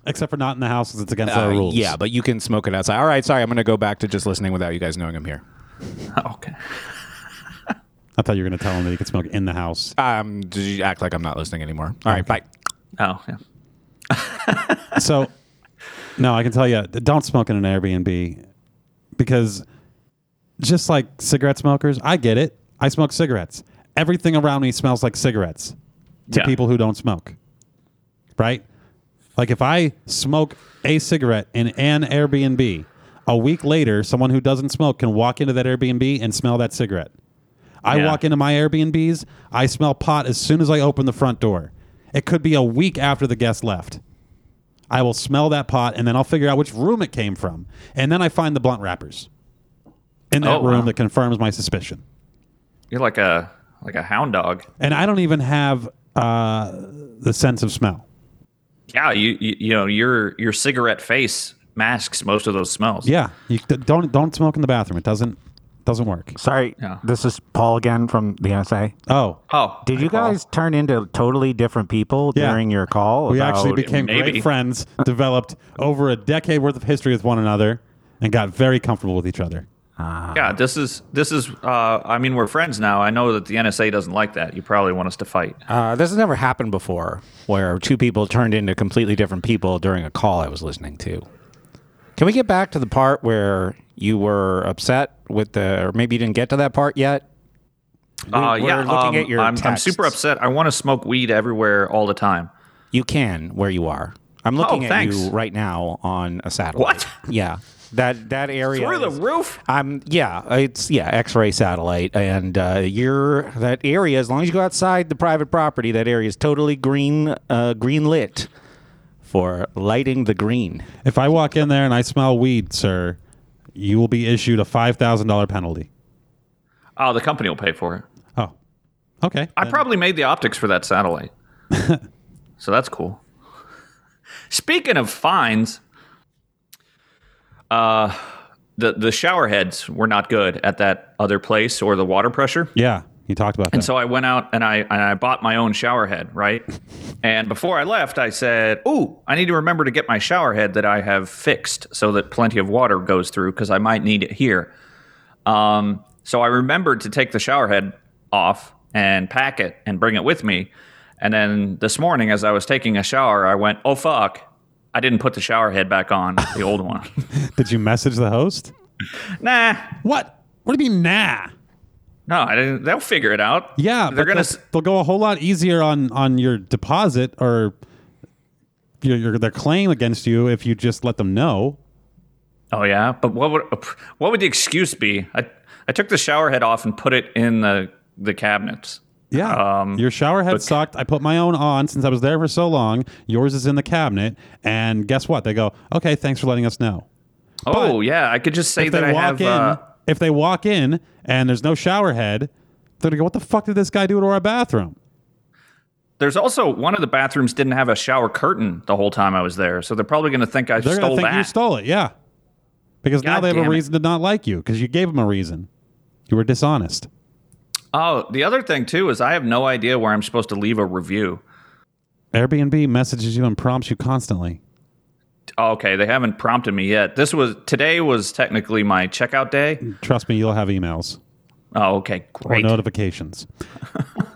Speaker 1: Except for not in the house because it's against
Speaker 2: Uh,
Speaker 1: our rules.
Speaker 2: Yeah, but you can smoke it outside. All right, sorry. I'm going to go back to just listening without you guys knowing I'm here.
Speaker 4: Okay.
Speaker 1: I thought you were going to tell him that he could smoke in the house.
Speaker 2: Um, did you act like I'm not listening anymore? All right, bye.
Speaker 4: Oh, yeah.
Speaker 1: so, no, I can tell you, don't smoke in an Airbnb because just like cigarette smokers, I get it. I smoke cigarettes. Everything around me smells like cigarettes to
Speaker 4: Yeah.
Speaker 1: people who don't smoke. Right? Like if I smoke a cigarette in an Airbnb, a week later, someone who doesn't smoke can walk into that Airbnb and smell that cigarette. I
Speaker 4: Yeah.
Speaker 1: walk into my Airbnbs, I smell pot as soon as I open the front door. It could be a week after the guest left. I will smell that pot and then I'll figure out which room it came from. And then I find the blunt wrappers in that
Speaker 4: Oh,
Speaker 1: room
Speaker 4: wow.
Speaker 1: that confirms my suspicion.
Speaker 4: You're like a like a hound dog.
Speaker 1: And I don't even have uh, the sense of smell.
Speaker 4: Yeah, you, you you know your your cigarette face masks most of those smells.
Speaker 1: Yeah, you d- don't don't smoke in the bathroom. It doesn't doesn't work.
Speaker 2: Sorry,
Speaker 4: Yeah.
Speaker 2: this is Paul again from the NSA.
Speaker 1: Oh,
Speaker 4: Oh,
Speaker 2: Did
Speaker 4: hi,
Speaker 2: you
Speaker 4: Paul.
Speaker 2: guys turn into totally different people
Speaker 1: Yeah.
Speaker 2: during your call?
Speaker 1: we actually
Speaker 2: about-
Speaker 1: became
Speaker 4: maybe.
Speaker 1: great friends, developed over a decade worth of history with one another, and got very comfortable with each other.
Speaker 4: Yeah, this is this is. Uh, I mean, we're friends now. I know that the NSA doesn't like that. You probably want us to fight.
Speaker 2: Uh, this has never happened before, where two people turned into completely different people during a call I was listening to. Can we get back to the part where you were upset with the, or maybe you didn't get to that part yet?
Speaker 4: Uh,
Speaker 2: we're
Speaker 4: yeah,
Speaker 2: looking at your
Speaker 4: I'm, I'm
Speaker 2: texts.
Speaker 4: super upset. I want to smoke weed everywhere all the time.
Speaker 2: You can where you are. I'm looking at
Speaker 4: Oh, thanks.
Speaker 2: you right now on a satellite.
Speaker 4: What?
Speaker 2: Yeah. That that area
Speaker 4: Through the
Speaker 2: is-
Speaker 4: roof?
Speaker 2: Um. Yeah. It's yeah. X-ray satellite, and uh, you're that area. As long as you go outside the private property, that area is totally green, uh, green lit for lighting the green.
Speaker 1: If I walk in there and I smell weed, sir, you will be issued a five thousand dollar penalty.
Speaker 4: Oh, the company will pay for it.
Speaker 1: Oh, okay.
Speaker 4: I probably made the optics for that satellite, so that's cool. Speaking of fines, uh, the the shower heads were not good at that other place or the water pressure.
Speaker 1: yeah, you talked about
Speaker 4: And
Speaker 1: that.
Speaker 4: so I went out and I and I bought my own shower head, right? And before I left, I said, "Ooh, I need to remember to get my shower head that I have fixed so that plenty of water goes through because I might need it here." Um, so I remembered to take the shower head off and pack it and bring it with me. And then this morning, as I was taking a shower, I went, "Oh fuck." I didn't put the shower head back on, the old one.
Speaker 1: Did you message the host?
Speaker 4: nah,
Speaker 1: What? What do you mean, nah?
Speaker 4: no, I didn't. They'll figure it out.
Speaker 1: Yeah,
Speaker 4: they're
Speaker 1: but
Speaker 4: gonna.
Speaker 1: they'll,
Speaker 4: s-
Speaker 1: they'll go a whole lot easier on on your deposit or your, your their claim against you if you just let them know.
Speaker 4: Oh yeah, but what would what would the excuse be? I I took the shower head off and put it in the the cabinets.
Speaker 1: Yeah,
Speaker 4: Um,
Speaker 1: your shower head sucked. I put my own on since I was there for so long. Yours is in the cabinet, and guess what? They go, okay, thanks for letting us know.
Speaker 4: Oh yeah, I could just say
Speaker 1: If they
Speaker 4: that I
Speaker 1: walk
Speaker 4: have.
Speaker 1: in,
Speaker 4: Uh,
Speaker 1: if they walk in and there's no shower head, they're gonna go, what the fuck did this guy do to our bathroom?
Speaker 4: there's also one of the bathrooms didn't have a shower curtain the whole time I was there, so they're probably going to think I
Speaker 1: They're
Speaker 4: stole
Speaker 1: gonna think
Speaker 4: that.
Speaker 1: you stole it. Yeah, because now
Speaker 4: God
Speaker 1: they have a
Speaker 4: damn it.
Speaker 1: reason to not like you because you gave them a reason. You were dishonest.
Speaker 4: oh, the other thing too is I have no idea where I'm supposed to leave a review.
Speaker 1: Airbnb messages you and prompts you constantly.
Speaker 4: Oh, okay, they haven't prompted me yet. This was today was technically my checkout day.
Speaker 1: Trust me, you'll have emails
Speaker 4: Oh, okay,
Speaker 1: or
Speaker 4: great.
Speaker 1: notifications.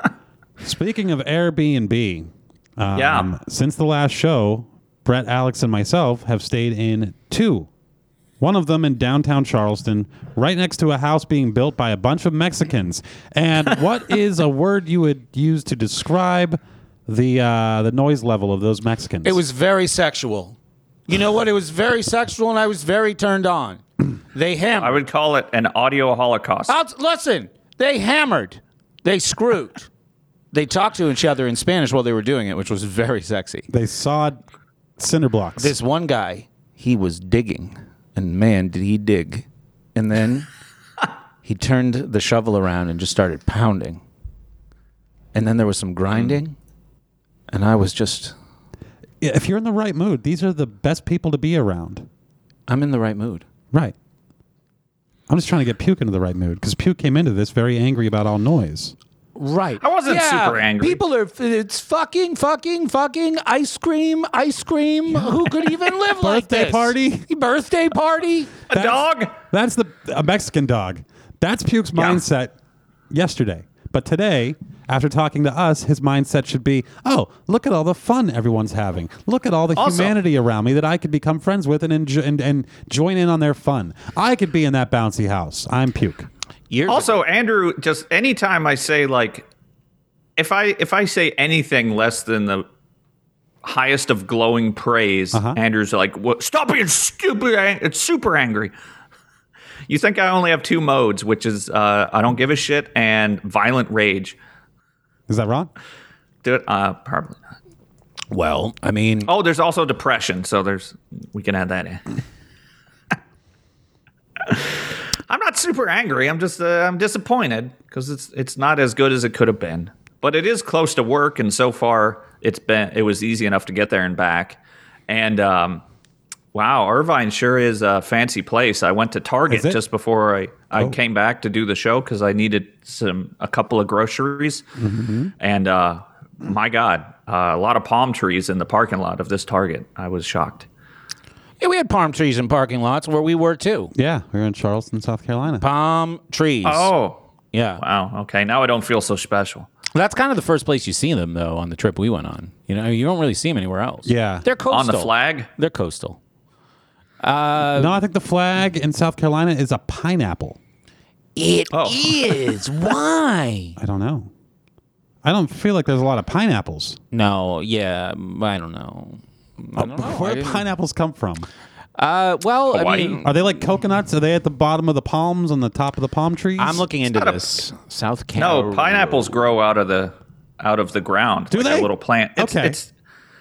Speaker 1: Speaking of Airbnb, um,
Speaker 4: Yeah.
Speaker 1: since the last show, Brett, Alex, and myself have stayed in two. One of them in downtown Charleston, right next to a house being built by a bunch of Mexicans. And what is a word you would use to describe the uh, the noise level of those Mexicans?
Speaker 7: It was very sexual. You know what? It was very sexual, and I was very turned on. They
Speaker 4: I
Speaker 7: hammered.
Speaker 4: would call it an audio holocaust.
Speaker 7: I'll- listen, they hammered. They screwed. They talked to each other in Spanish while they were doing it, which was very sexy.
Speaker 1: they sawed cinder blocks.
Speaker 7: This one guy, he was digging, and man, did he dig. And then he turned the shovel around and just started pounding. And then there was some grinding, and I was just,
Speaker 1: Yeah, if you're in the right mood, these are the best people to be around.
Speaker 7: I'm in the right mood.
Speaker 1: Right. I'm just trying to get Puke into the right mood because Puke came into this very angry about all noise.
Speaker 7: Right.
Speaker 4: I wasn't super angry.
Speaker 7: People are, it's fucking, fucking, fucking ice cream, ice cream. Who could even live like
Speaker 1: Birthday
Speaker 7: this?
Speaker 1: party?
Speaker 7: Birthday party.
Speaker 4: a dog.
Speaker 1: That's the a Mexican dog. That's Puke's mindset yesterday. But today, after talking to us, his mindset should be, "Oh, look at all the fun everyone's having. Look at all the
Speaker 4: Also-
Speaker 1: humanity around me that I could become friends with and, enjo- and and join in on their fun. I could be in that bouncy house. I'm Puke."
Speaker 7: Years
Speaker 4: also andrew just anytime i say like if i if i say anything less than the highest of glowing praise, Andrew's like, "What? Stop being stupid! Ang- It's super angry." You think I only have two modes, which is uh, I don't give a shit and violent rage.
Speaker 1: Is that wrong?
Speaker 4: Do it? Uh, probably not.
Speaker 2: Well, I mean,
Speaker 4: Oh, there's also depression, so there's we can add that in. I'm not super angry. I'm just uh, I'm disappointed because it's it's not as good as it could have been. But it is close to work, and so far it's been it was easy enough to get there and back. And um, wow, Irvine sure is a fancy place. I went to Target
Speaker 1: Is it?
Speaker 4: just before I, I came back to do the show because I needed some a couple of groceries, and uh, my God, uh, a lot of palm trees in the parking lot of this Target. I was shocked.
Speaker 2: yeah, we had palm trees in parking lots where we were too.
Speaker 1: Yeah, we were in Charleston, South Carolina.
Speaker 2: Palm trees.
Speaker 4: Oh,
Speaker 2: yeah.
Speaker 4: wow. Okay, now I don't feel so special.
Speaker 2: That's kind of the first place you see them though on the trip we went on. You know, you don't really see them anywhere else.
Speaker 1: Yeah.
Speaker 2: They're coastal.
Speaker 4: On the flag.
Speaker 2: They're coastal.
Speaker 1: no, I think the flag in South Carolina is a pineapple.
Speaker 2: It is.
Speaker 4: Oh.
Speaker 2: Why?
Speaker 1: I don't know. I don't feel like there's a lot of pineapples.
Speaker 2: No, yeah, m- I don't know. I don't know.
Speaker 1: Where do pineapples come from?
Speaker 2: Uh, well, I
Speaker 4: Hawaii?
Speaker 2: mean,
Speaker 1: Are they like coconuts? Are they at the bottom of the palms on the top of the palm trees?
Speaker 2: I'm looking into this. South Carolina.
Speaker 1: Oh.
Speaker 4: No, pineapples grow out of the out of the ground. Do
Speaker 1: they?
Speaker 4: A little plant. It's,
Speaker 1: Okay.
Speaker 4: It's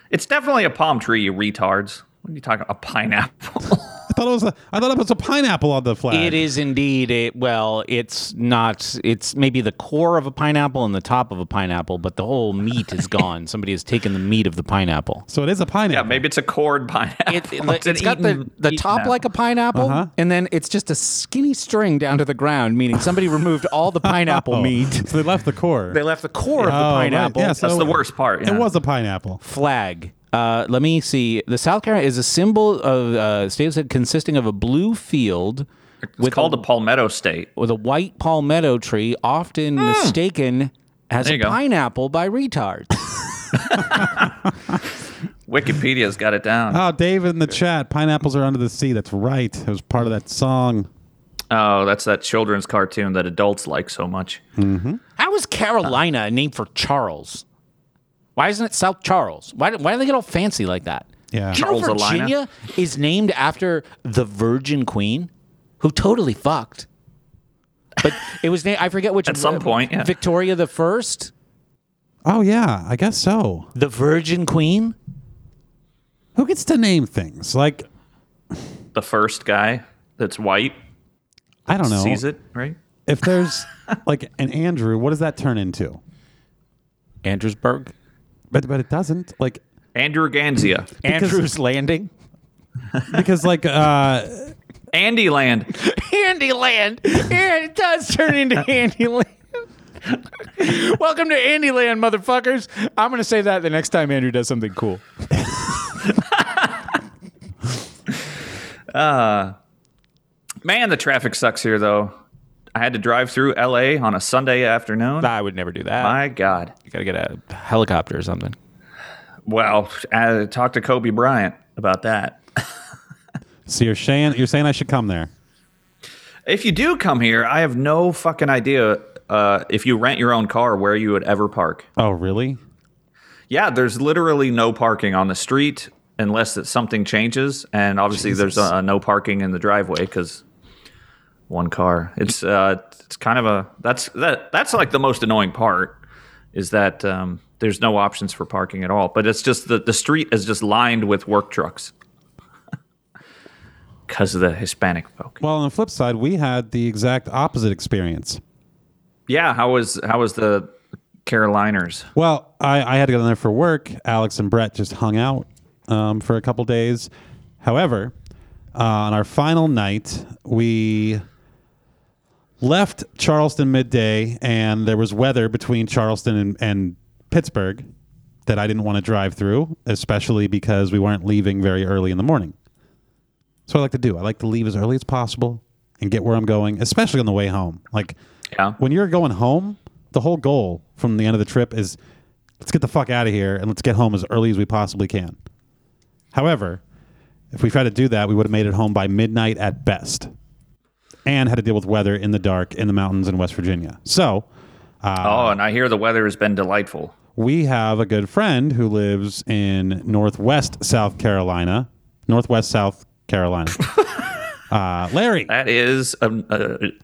Speaker 4: it's definitely a palm tree. You retards. What are you talking? A pineapple.
Speaker 1: I thought it was a, I thought it was a pineapple on the flag.
Speaker 2: It is indeed. A, well, it's not. It's maybe the core of a pineapple and the top of a pineapple, but the whole meat is gone. Somebody has taken the meat of the pineapple.
Speaker 1: So it is a
Speaker 4: yeah,
Speaker 1: pineapple.
Speaker 4: maybe it's a cord pineapple.
Speaker 2: It,
Speaker 4: Oh, It's
Speaker 2: it,
Speaker 4: an
Speaker 2: has got the,
Speaker 4: eaten-
Speaker 2: the
Speaker 4: eaten
Speaker 2: top
Speaker 4: apple. Uh-huh.
Speaker 2: like a pineapple, and then it's just a skinny string down to the ground, meaning somebody removed all the pineapple
Speaker 1: Oh,
Speaker 2: meat.
Speaker 1: So they left the core.
Speaker 2: They left the core of the
Speaker 1: Oh, right.
Speaker 2: pineapple.
Speaker 1: Yeah, so
Speaker 4: That's the worst part. yeah.
Speaker 1: It was a pineapple.
Speaker 2: flag. Uh, let me see. The South Carolina is a symbol of uh, statehood consisting of a blue field
Speaker 4: It's called a palmetto state.
Speaker 2: with a white palmetto tree, often mistaken as
Speaker 4: Hmm. There
Speaker 2: a
Speaker 4: you go.
Speaker 2: pineapple by retards.
Speaker 4: Wikipedia's got it down.
Speaker 1: Oh, Dave in the chat. Pineapples are under the sea. That's right. It was part of that song.
Speaker 4: Oh, that's that children's cartoon that adults like so much.
Speaker 2: How is Carolina a name for Charles? Why isn't it South Charles? Why do, why do they get all fancy like that?
Speaker 1: Yeah.
Speaker 2: Do you know
Speaker 4: Charles-alina?
Speaker 2: Virginia is named after the Virgin Queen, who totally fucked. But it was named. I forget which.
Speaker 4: At some point, yeah.
Speaker 2: Victoria the First.
Speaker 1: Oh yeah, I guess so.
Speaker 2: The Virgin Queen?
Speaker 1: Who gets to name things? Like
Speaker 4: The first guy that's white
Speaker 1: I don't know.
Speaker 4: sees it, right?
Speaker 1: If there's like an Andrew, what does that turn into?
Speaker 2: Andrewsburg?
Speaker 1: But but it doesn't. Like
Speaker 4: Andrew Ganzia.
Speaker 2: Andrews Landing?
Speaker 1: because like uh
Speaker 4: Andy Land.
Speaker 2: Andy Land! Yeah, it does turn into Andy Land. Welcome to Andy Land, motherfuckers. I'm going to say that the next time Andrew does something cool.
Speaker 4: Man, the traffic sucks here, though. I had to drive through LA on a Sunday afternoon.
Speaker 2: I would never do that.
Speaker 4: My God.
Speaker 2: You got to get a helicopter or something.
Speaker 4: Well, I talked to Kobe Bryant about that.
Speaker 1: so you're saying you're saying I should come there.
Speaker 4: If you do come here, I have no fucking idea uh, if you rent your own car where you would ever park.
Speaker 1: Oh really?
Speaker 4: Yeah, there's literally no parking on the street unless it's something changes, and obviously there's uh, no parking in the driveway because one car. It's uh, it's kind of a that's that that's like the most annoying part is that um, there's no options for parking at all. But it's just the the street is just lined with work trucks because of the Hispanic folk.
Speaker 1: Well, on the flip side, we had the exact opposite experience.
Speaker 4: Yeah, how was how was the Caroliners?
Speaker 1: Well, I, I had to go down there for work. Alex and Brett just hung out um, for a couple days. However, uh, on our final night, we left Charleston midday, and there was weather between Charleston and, and Pittsburgh that I didn't want to drive through, especially because we weren't leaving very early in the morning. So I like to do. I like to leave as early as possible and get where I'm going, especially on the way home. Like
Speaker 4: Yeah.
Speaker 1: when you're going home, the whole goal from the end of the trip is let's get the fuck out of here and let's get home as early as we possibly can. However, if we tried to do that, we would have made it home by midnight at best and had to deal with weather in the dark in the mountains in West Virginia. So,
Speaker 4: Oh, and I hear the weather has been delightful.
Speaker 1: we have a good friend who lives in Northwest South Carolina, Northwest South Carolina. uh, Larry
Speaker 4: That is um, uh,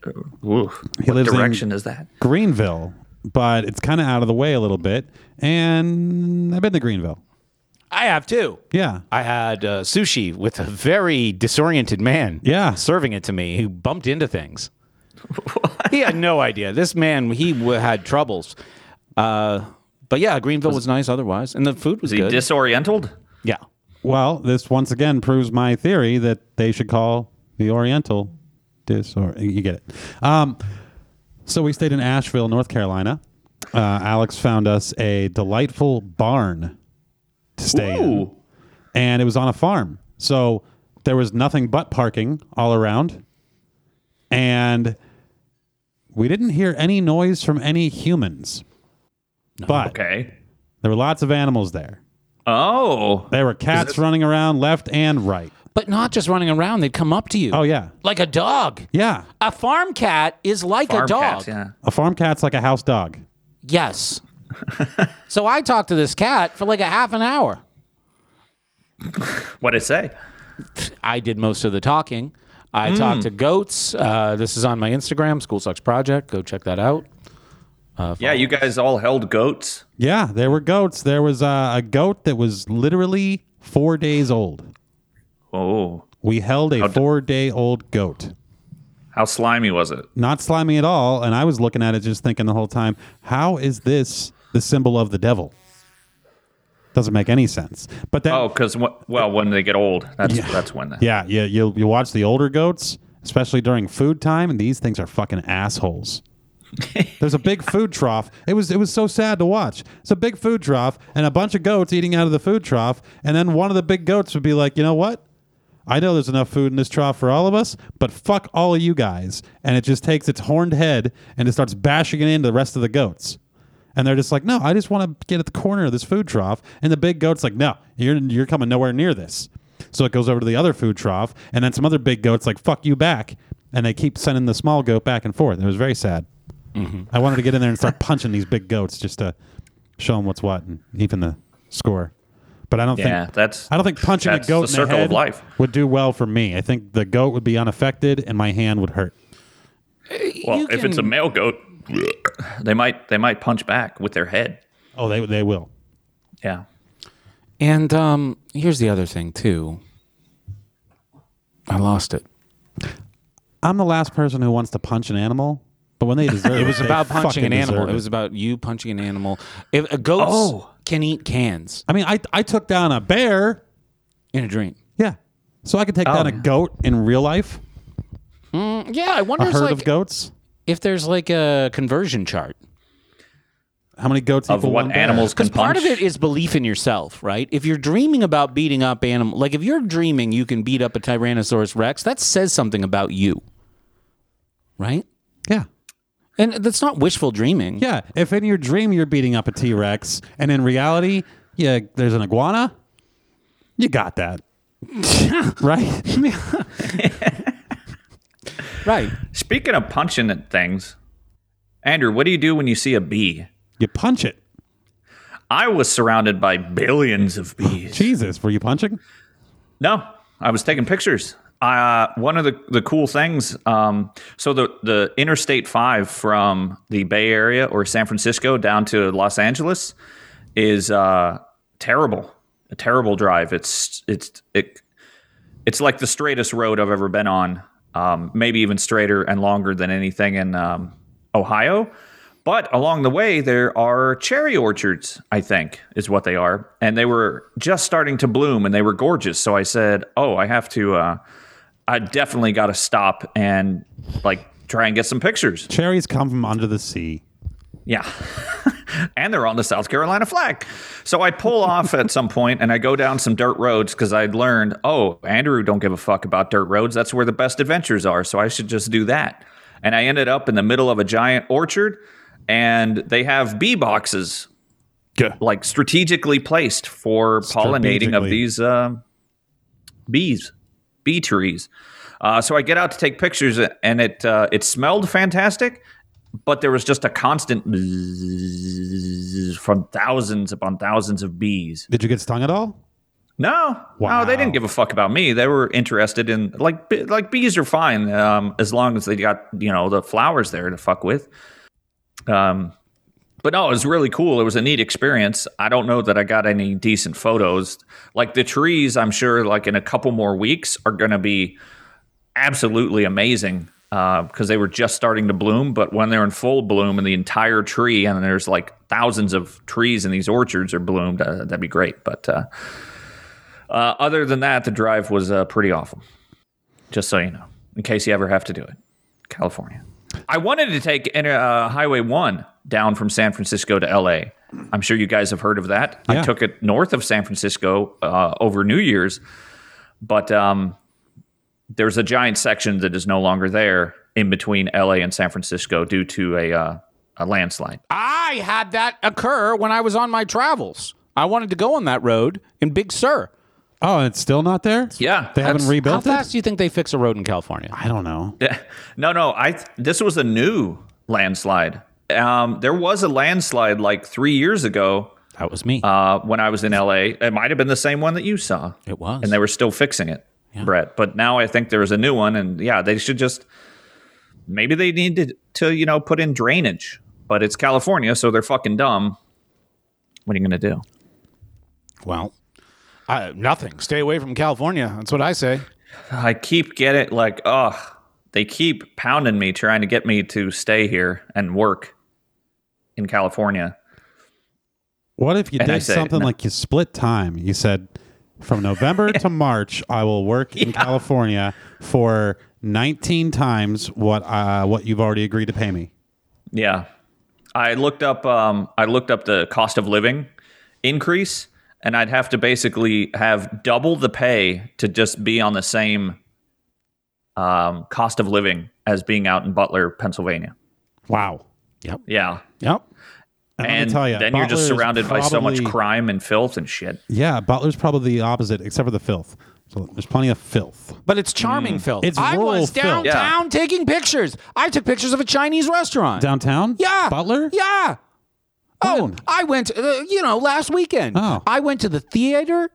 Speaker 4: uh, ooh, what
Speaker 1: lives in-
Speaker 4: direction is that?
Speaker 1: Greenville, but it's kind of out of the way a little bit. And I've been to Greenville.
Speaker 3: I have too.
Speaker 1: Yeah,
Speaker 2: I had uh, sushi with a very disoriented man.
Speaker 1: Yeah.
Speaker 2: serving it to me who bumped into things. he had no idea. This man, he w- had troubles. Uh, but yeah, Greenville was, nice otherwise, and the food was
Speaker 4: Is he
Speaker 2: good.
Speaker 4: disoriented?
Speaker 2: yeah,
Speaker 1: Well, this once again proves my theory that they should call the Oriental dis or you get it. Um, so we stayed in Asheville, North Carolina. Uh, Alex found us a delightful barn to stay in, and it was on a farm. So there was nothing but parking all around, and we didn't hear any noise from any humans. But
Speaker 4: Okay.
Speaker 1: there were lots of animals there.
Speaker 4: Oh,
Speaker 1: There were cats running around left and right.
Speaker 2: but not just running around; they'd come up to you
Speaker 1: Oh yeah,
Speaker 2: like a dog.
Speaker 1: yeah.
Speaker 2: A farm cat is like
Speaker 4: farm
Speaker 2: a dog.
Speaker 4: cats. Yeah.
Speaker 1: A farm cat's like a house dog.
Speaker 2: Yes. so I talked to this cat for like a half an hour.
Speaker 4: What it say?
Speaker 2: I did most of the talking. I
Speaker 4: Hmm.
Speaker 2: talked to goats. Uh, this is on my Instagram, School Sucks Project. Go check that out.
Speaker 4: Yeah, you guys all held goats.
Speaker 1: Yeah, there were goats. There was uh, a goat that was literally four days old.
Speaker 4: Oh,
Speaker 1: We held a
Speaker 4: d-
Speaker 1: four-day-old goat.
Speaker 4: how slimy was it?
Speaker 1: Not slimy at all, and I was looking at it just thinking the whole time, how is this the symbol of the devil? Doesn't make any sense. But then,
Speaker 4: Oh, because well, when they get old, that's that's when.
Speaker 1: yeah, yeah, you you watch the older goats, especially during food time, and these things are fucking assholes. There's a big food trough. It was it was so sad to watch. It's a big food trough and a bunch of goats eating out of the food trough, and then one of the big goats would be like, you know what? I know there's enough food in this trough for all of us, but fuck all of you guys. And it just takes its horned head and it starts bashing it into the rest of the goats. And they're just like, no, I just want to get at the corner of this food trough. And the big goat's like, no, you're, you're coming nowhere near this. So it goes over to the other food trough. And then some other big goat's like, fuck you back. And they keep sending the small goat back and forth. It was very sad. I wanted to get in there and start punching these big goats just to show them what's what and even the score. But I don't
Speaker 4: Yeah,
Speaker 1: think
Speaker 4: that's-
Speaker 1: I don't think punching
Speaker 4: that's
Speaker 1: a goat in
Speaker 4: the circle
Speaker 1: the
Speaker 4: of
Speaker 1: head
Speaker 4: life.
Speaker 1: would do well for me. I think the goat would be unaffected and my hand would hurt.
Speaker 4: Well,
Speaker 2: You
Speaker 4: if it's a
Speaker 2: can-
Speaker 4: male goat, they might they might punch back with their head.
Speaker 1: Oh, they they will.
Speaker 4: Yeah.
Speaker 2: And um, here's the other thing too. I lost it.
Speaker 1: I'm the last person who wants to punch an animal, but when they deserve it,
Speaker 2: It was about
Speaker 1: they fucking
Speaker 2: punching an animal.
Speaker 1: deserve
Speaker 2: It was about you punching an animal. If a goat
Speaker 1: Oh.
Speaker 2: can eat cans
Speaker 1: I mean, I I took down a bear.
Speaker 2: in a drink.
Speaker 1: Yeah, so I could take
Speaker 4: Oh.
Speaker 1: down a goat in real life.
Speaker 2: Yeah, I wonder
Speaker 1: A
Speaker 2: if,
Speaker 1: herd of
Speaker 2: like,
Speaker 1: goats.
Speaker 2: if there's like a conversion chart.
Speaker 1: How many goats
Speaker 4: Of
Speaker 1: equal
Speaker 4: what
Speaker 1: one bear?
Speaker 4: animals can
Speaker 2: Because
Speaker 4: punch?
Speaker 2: part of it is belief in yourself, right? If you're dreaming about beating up animal, like if you're dreaming you can beat up a Tyrannosaurus Rex, that says something about you, right?
Speaker 1: Yeah.
Speaker 2: And that's not wishful dreaming.
Speaker 1: Yeah, if in your dream you're beating up a T Rex, and in reality, yeah, there's an iguana, you got that, right?
Speaker 2: Right.
Speaker 4: Speaking of punching at things, Andrew, what do you do when you see a bee?
Speaker 1: You punch it.
Speaker 4: I was surrounded by billions of bees.
Speaker 1: Jesus, were you punching?
Speaker 4: No, I was taking pictures. Uh, one of the, the cool things, um, so the, the Interstate 5 from the Bay Area or San Francisco down to Los Angeles is uh, terrible, a terrible drive. It's, it's, it, it's like the straightest road I've ever been on, um, maybe even straighter and longer than anything in um, Ohio. But along the way, there are cherry orchards, I think, is what they are. And they were just starting to bloom and they were gorgeous. So I said, Oh, I have to, uh, I definitely got to stop and like try and get some pictures.
Speaker 1: Cherries come from under the sea.
Speaker 4: Yeah. and they're on the South Carolina flag. So I pull off at some point and I go down some dirt roads because I'd learned, oh, Andrew don't give a fuck about dirt roads. That's where the best adventures are. So I should just do that. And I ended up in the middle of a giant orchard and they have bee boxes like strategically placed for pollinating of
Speaker 1: Strategically.
Speaker 4: these uh, bees, bee trees. Uh, so I get out to take pictures, and it uh, it smelled fantastic, but there was just a constant bzzz from thousands upon thousands of bees.
Speaker 1: Did you get stung at all?
Speaker 4: No, no, they didn't give a fuck about me. They were interested in like b- like bees are fine um, as long as they got you know the flowers there to fuck with. Um, but no, it was really cool. It was a neat experience. I don't know that I got any decent photos. Like the trees, I'm sure like in a couple more weeks are going to be absolutely amazing because they were just starting to bloom. But when they're in full bloom and the entire tree, and there's like thousands of trees in these orchards are bloomed, uh, that'd be great. But uh, uh, other than that, the drive was uh, pretty awful. Just so you know, in case you ever have to do it, California. I wanted to take uh, Highway One down from San Francisco to L.A. I'm sure you guys have heard of that. I
Speaker 1: Yeah.
Speaker 4: took it north of San Francisco uh, over New Year's, but um, there's a giant section that is no longer there in between L.A. and San Francisco due to a uh, a landslide.
Speaker 3: I had that occur when I was on my travels. I wanted to go on that road in Big Sur.
Speaker 1: Oh, and it's still not there?
Speaker 4: Yeah,
Speaker 1: They haven't
Speaker 4: that's-
Speaker 1: rebuilt
Speaker 2: How
Speaker 1: it?
Speaker 2: fast do you think they fix a road in California?
Speaker 1: I don't know.
Speaker 4: No, no. I th- this was a new landslide. Um, there was a landslide like three years ago
Speaker 2: That was me.
Speaker 4: uh, when I was in LA. It might have been the same one that you saw.
Speaker 2: It was.
Speaker 4: and they were still fixing it, Brett. But now I think there is a new one, and yeah, they should just maybe they need to, to you know put in drainage. But it's California, so they're fucking dumb. What are you gonna do?
Speaker 2: well, I, nothing. Stay away from California. That's what I say.
Speaker 4: I keep getting like, ugh, they keep pounding me, trying to get me to stay here and work in California.
Speaker 1: What if you
Speaker 4: And I
Speaker 1: did
Speaker 4: say,
Speaker 1: something
Speaker 4: no.
Speaker 1: like you split time? You said, from November to March, I will work in California for 19 times what uh, what you've already agreed to pay me.
Speaker 4: Yeah. I looked up um, I looked up the cost of living increase and I'd have to basically have double the pay to just be on the same um, cost of living as being out in Butler, Pennsylvania.
Speaker 1: Wow.
Speaker 4: Yeah.
Speaker 2: Yep.
Speaker 1: And, let me
Speaker 4: And
Speaker 1: tell ya,
Speaker 4: then you're
Speaker 1: Butler
Speaker 4: just
Speaker 1: is
Speaker 4: surrounded by so much
Speaker 1: probably-
Speaker 4: crime and filth and shit.
Speaker 1: Yeah, Butler's probably the opposite, except for the filth. So there's plenty of filth.
Speaker 2: But Hmm. it's charming, Phil.
Speaker 1: It's
Speaker 2: I
Speaker 1: rural
Speaker 2: was
Speaker 1: Phil.
Speaker 2: downtown taking pictures. I took pictures of a Chinese restaurant.
Speaker 1: Downtown?
Speaker 2: yeah.
Speaker 1: Butler?
Speaker 2: Yeah. Oh,
Speaker 1: When?
Speaker 2: I went, uh, you know, last weekend.
Speaker 1: Oh.
Speaker 2: I went to the theater,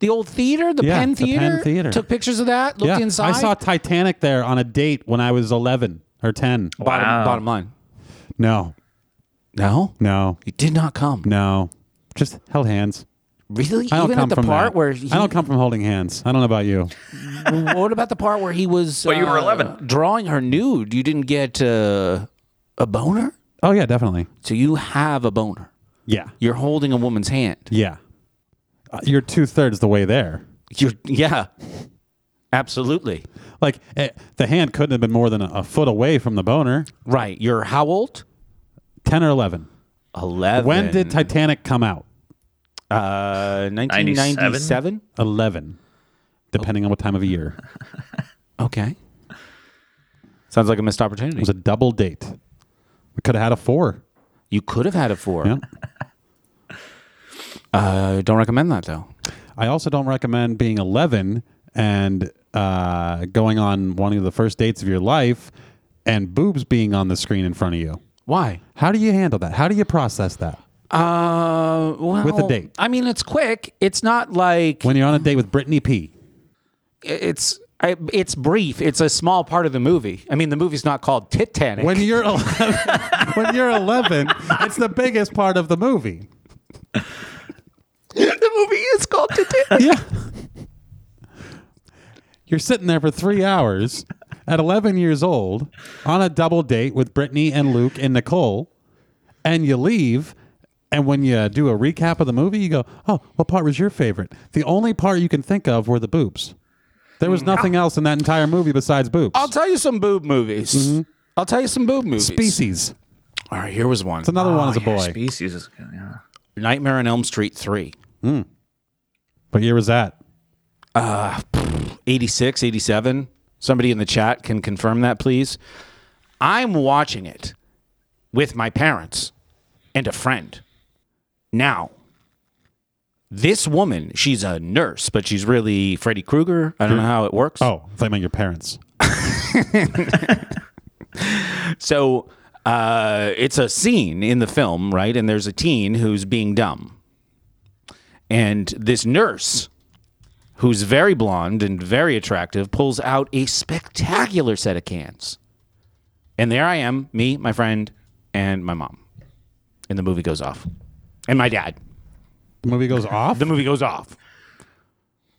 Speaker 2: the old theater, the
Speaker 1: Yeah,
Speaker 2: Penn
Speaker 1: the Penn
Speaker 2: Theater.
Speaker 1: Theater.
Speaker 2: Took pictures of that, looked
Speaker 1: Yeah.
Speaker 2: inside.
Speaker 1: I saw Titanic there on a date when I was 11 or 10.
Speaker 2: bottom,
Speaker 4: Wow.
Speaker 2: bottom line.
Speaker 1: No,
Speaker 2: No,
Speaker 1: no,
Speaker 2: you did not come.
Speaker 1: no. Just held hands.
Speaker 2: Really?
Speaker 1: I don't
Speaker 2: Even
Speaker 1: come
Speaker 2: at the
Speaker 1: from
Speaker 2: part
Speaker 1: that.
Speaker 2: where he,
Speaker 1: I don't come from holding hands. I don't know about you.
Speaker 2: what about the part where he was
Speaker 4: But you were
Speaker 2: uh,
Speaker 4: 11.
Speaker 2: drawing her nude. You didn't get uh, a boner?
Speaker 1: Oh yeah, definitely.
Speaker 2: So you have a boner.
Speaker 1: Yeah,
Speaker 2: You're holding a woman's hand.
Speaker 1: yeah. Uh, you're two thirds the way there.
Speaker 2: You're yeah. Absolutely.
Speaker 1: Like eh, the hand couldn't have been more than a, a foot away from the boner.
Speaker 2: Right. You're how old?
Speaker 1: Ten or eleven.
Speaker 2: 11.
Speaker 1: When did Titanic come out?
Speaker 2: uh 1997?
Speaker 1: Eleven, depending on what time of year. It
Speaker 2: Okay. Sounds like a missed opportunity.
Speaker 1: was a double date. We could have had a four.
Speaker 2: You could have had a 4.
Speaker 1: Yeah.
Speaker 2: Uh don't recommend that though.
Speaker 1: I also don't recommend being 11 and uh, going on one of the first dates of your life and boobs being on the screen in front of you.
Speaker 2: Why?
Speaker 1: How do you handle that? How do you process that?
Speaker 2: Uh well
Speaker 1: With a date.
Speaker 2: I mean it's quick. It's not like
Speaker 1: When you're on a date with Brittany P.
Speaker 2: it's I, it's brief. It's a small part of the movie. I mean, the movie's not called Titanic.
Speaker 1: When you're 11, when you're 11, it's the biggest part of the movie.
Speaker 2: the movie is called Titanic.
Speaker 1: Yeah. You're sitting there for three hours at 11 years old on a double date with Brittany and Luke and Nicole, and you leave. And when you do a recap of the movie, you go, Oh, what part was your favorite? The only part you can think of were the boobs. There
Speaker 2: Mm.
Speaker 1: was nothing
Speaker 2: Ah.
Speaker 1: else in that entire movie besides boobs.
Speaker 2: I'll tell you some boob movies.
Speaker 1: Mm-hmm.
Speaker 2: I'll tell you some boob movies.
Speaker 1: Species.
Speaker 2: All right, here was one.
Speaker 1: It's another one as
Speaker 2: Oh,
Speaker 1: a boy.
Speaker 4: Species is yeah.
Speaker 2: Nightmare on Elm Street 3.
Speaker 1: what year was that?
Speaker 2: 86, 87. Somebody in the chat can confirm that, please. I'm watching it with my parents and a friend. Now, this woman, she's a nurse, but she's really Freddy Krueger. I don't know how it works.
Speaker 1: Oh, I thought you meant your parents.
Speaker 2: So uh, it's a scene in the film, right? And there's a teen who's being dumb. And this nurse, who's very blonde and very attractive, pulls out a spectacular set of cans. And there I am, me, my friend, and my mom. And the movie goes off. And my dad.
Speaker 1: The movie goes off.
Speaker 2: The movie goes off.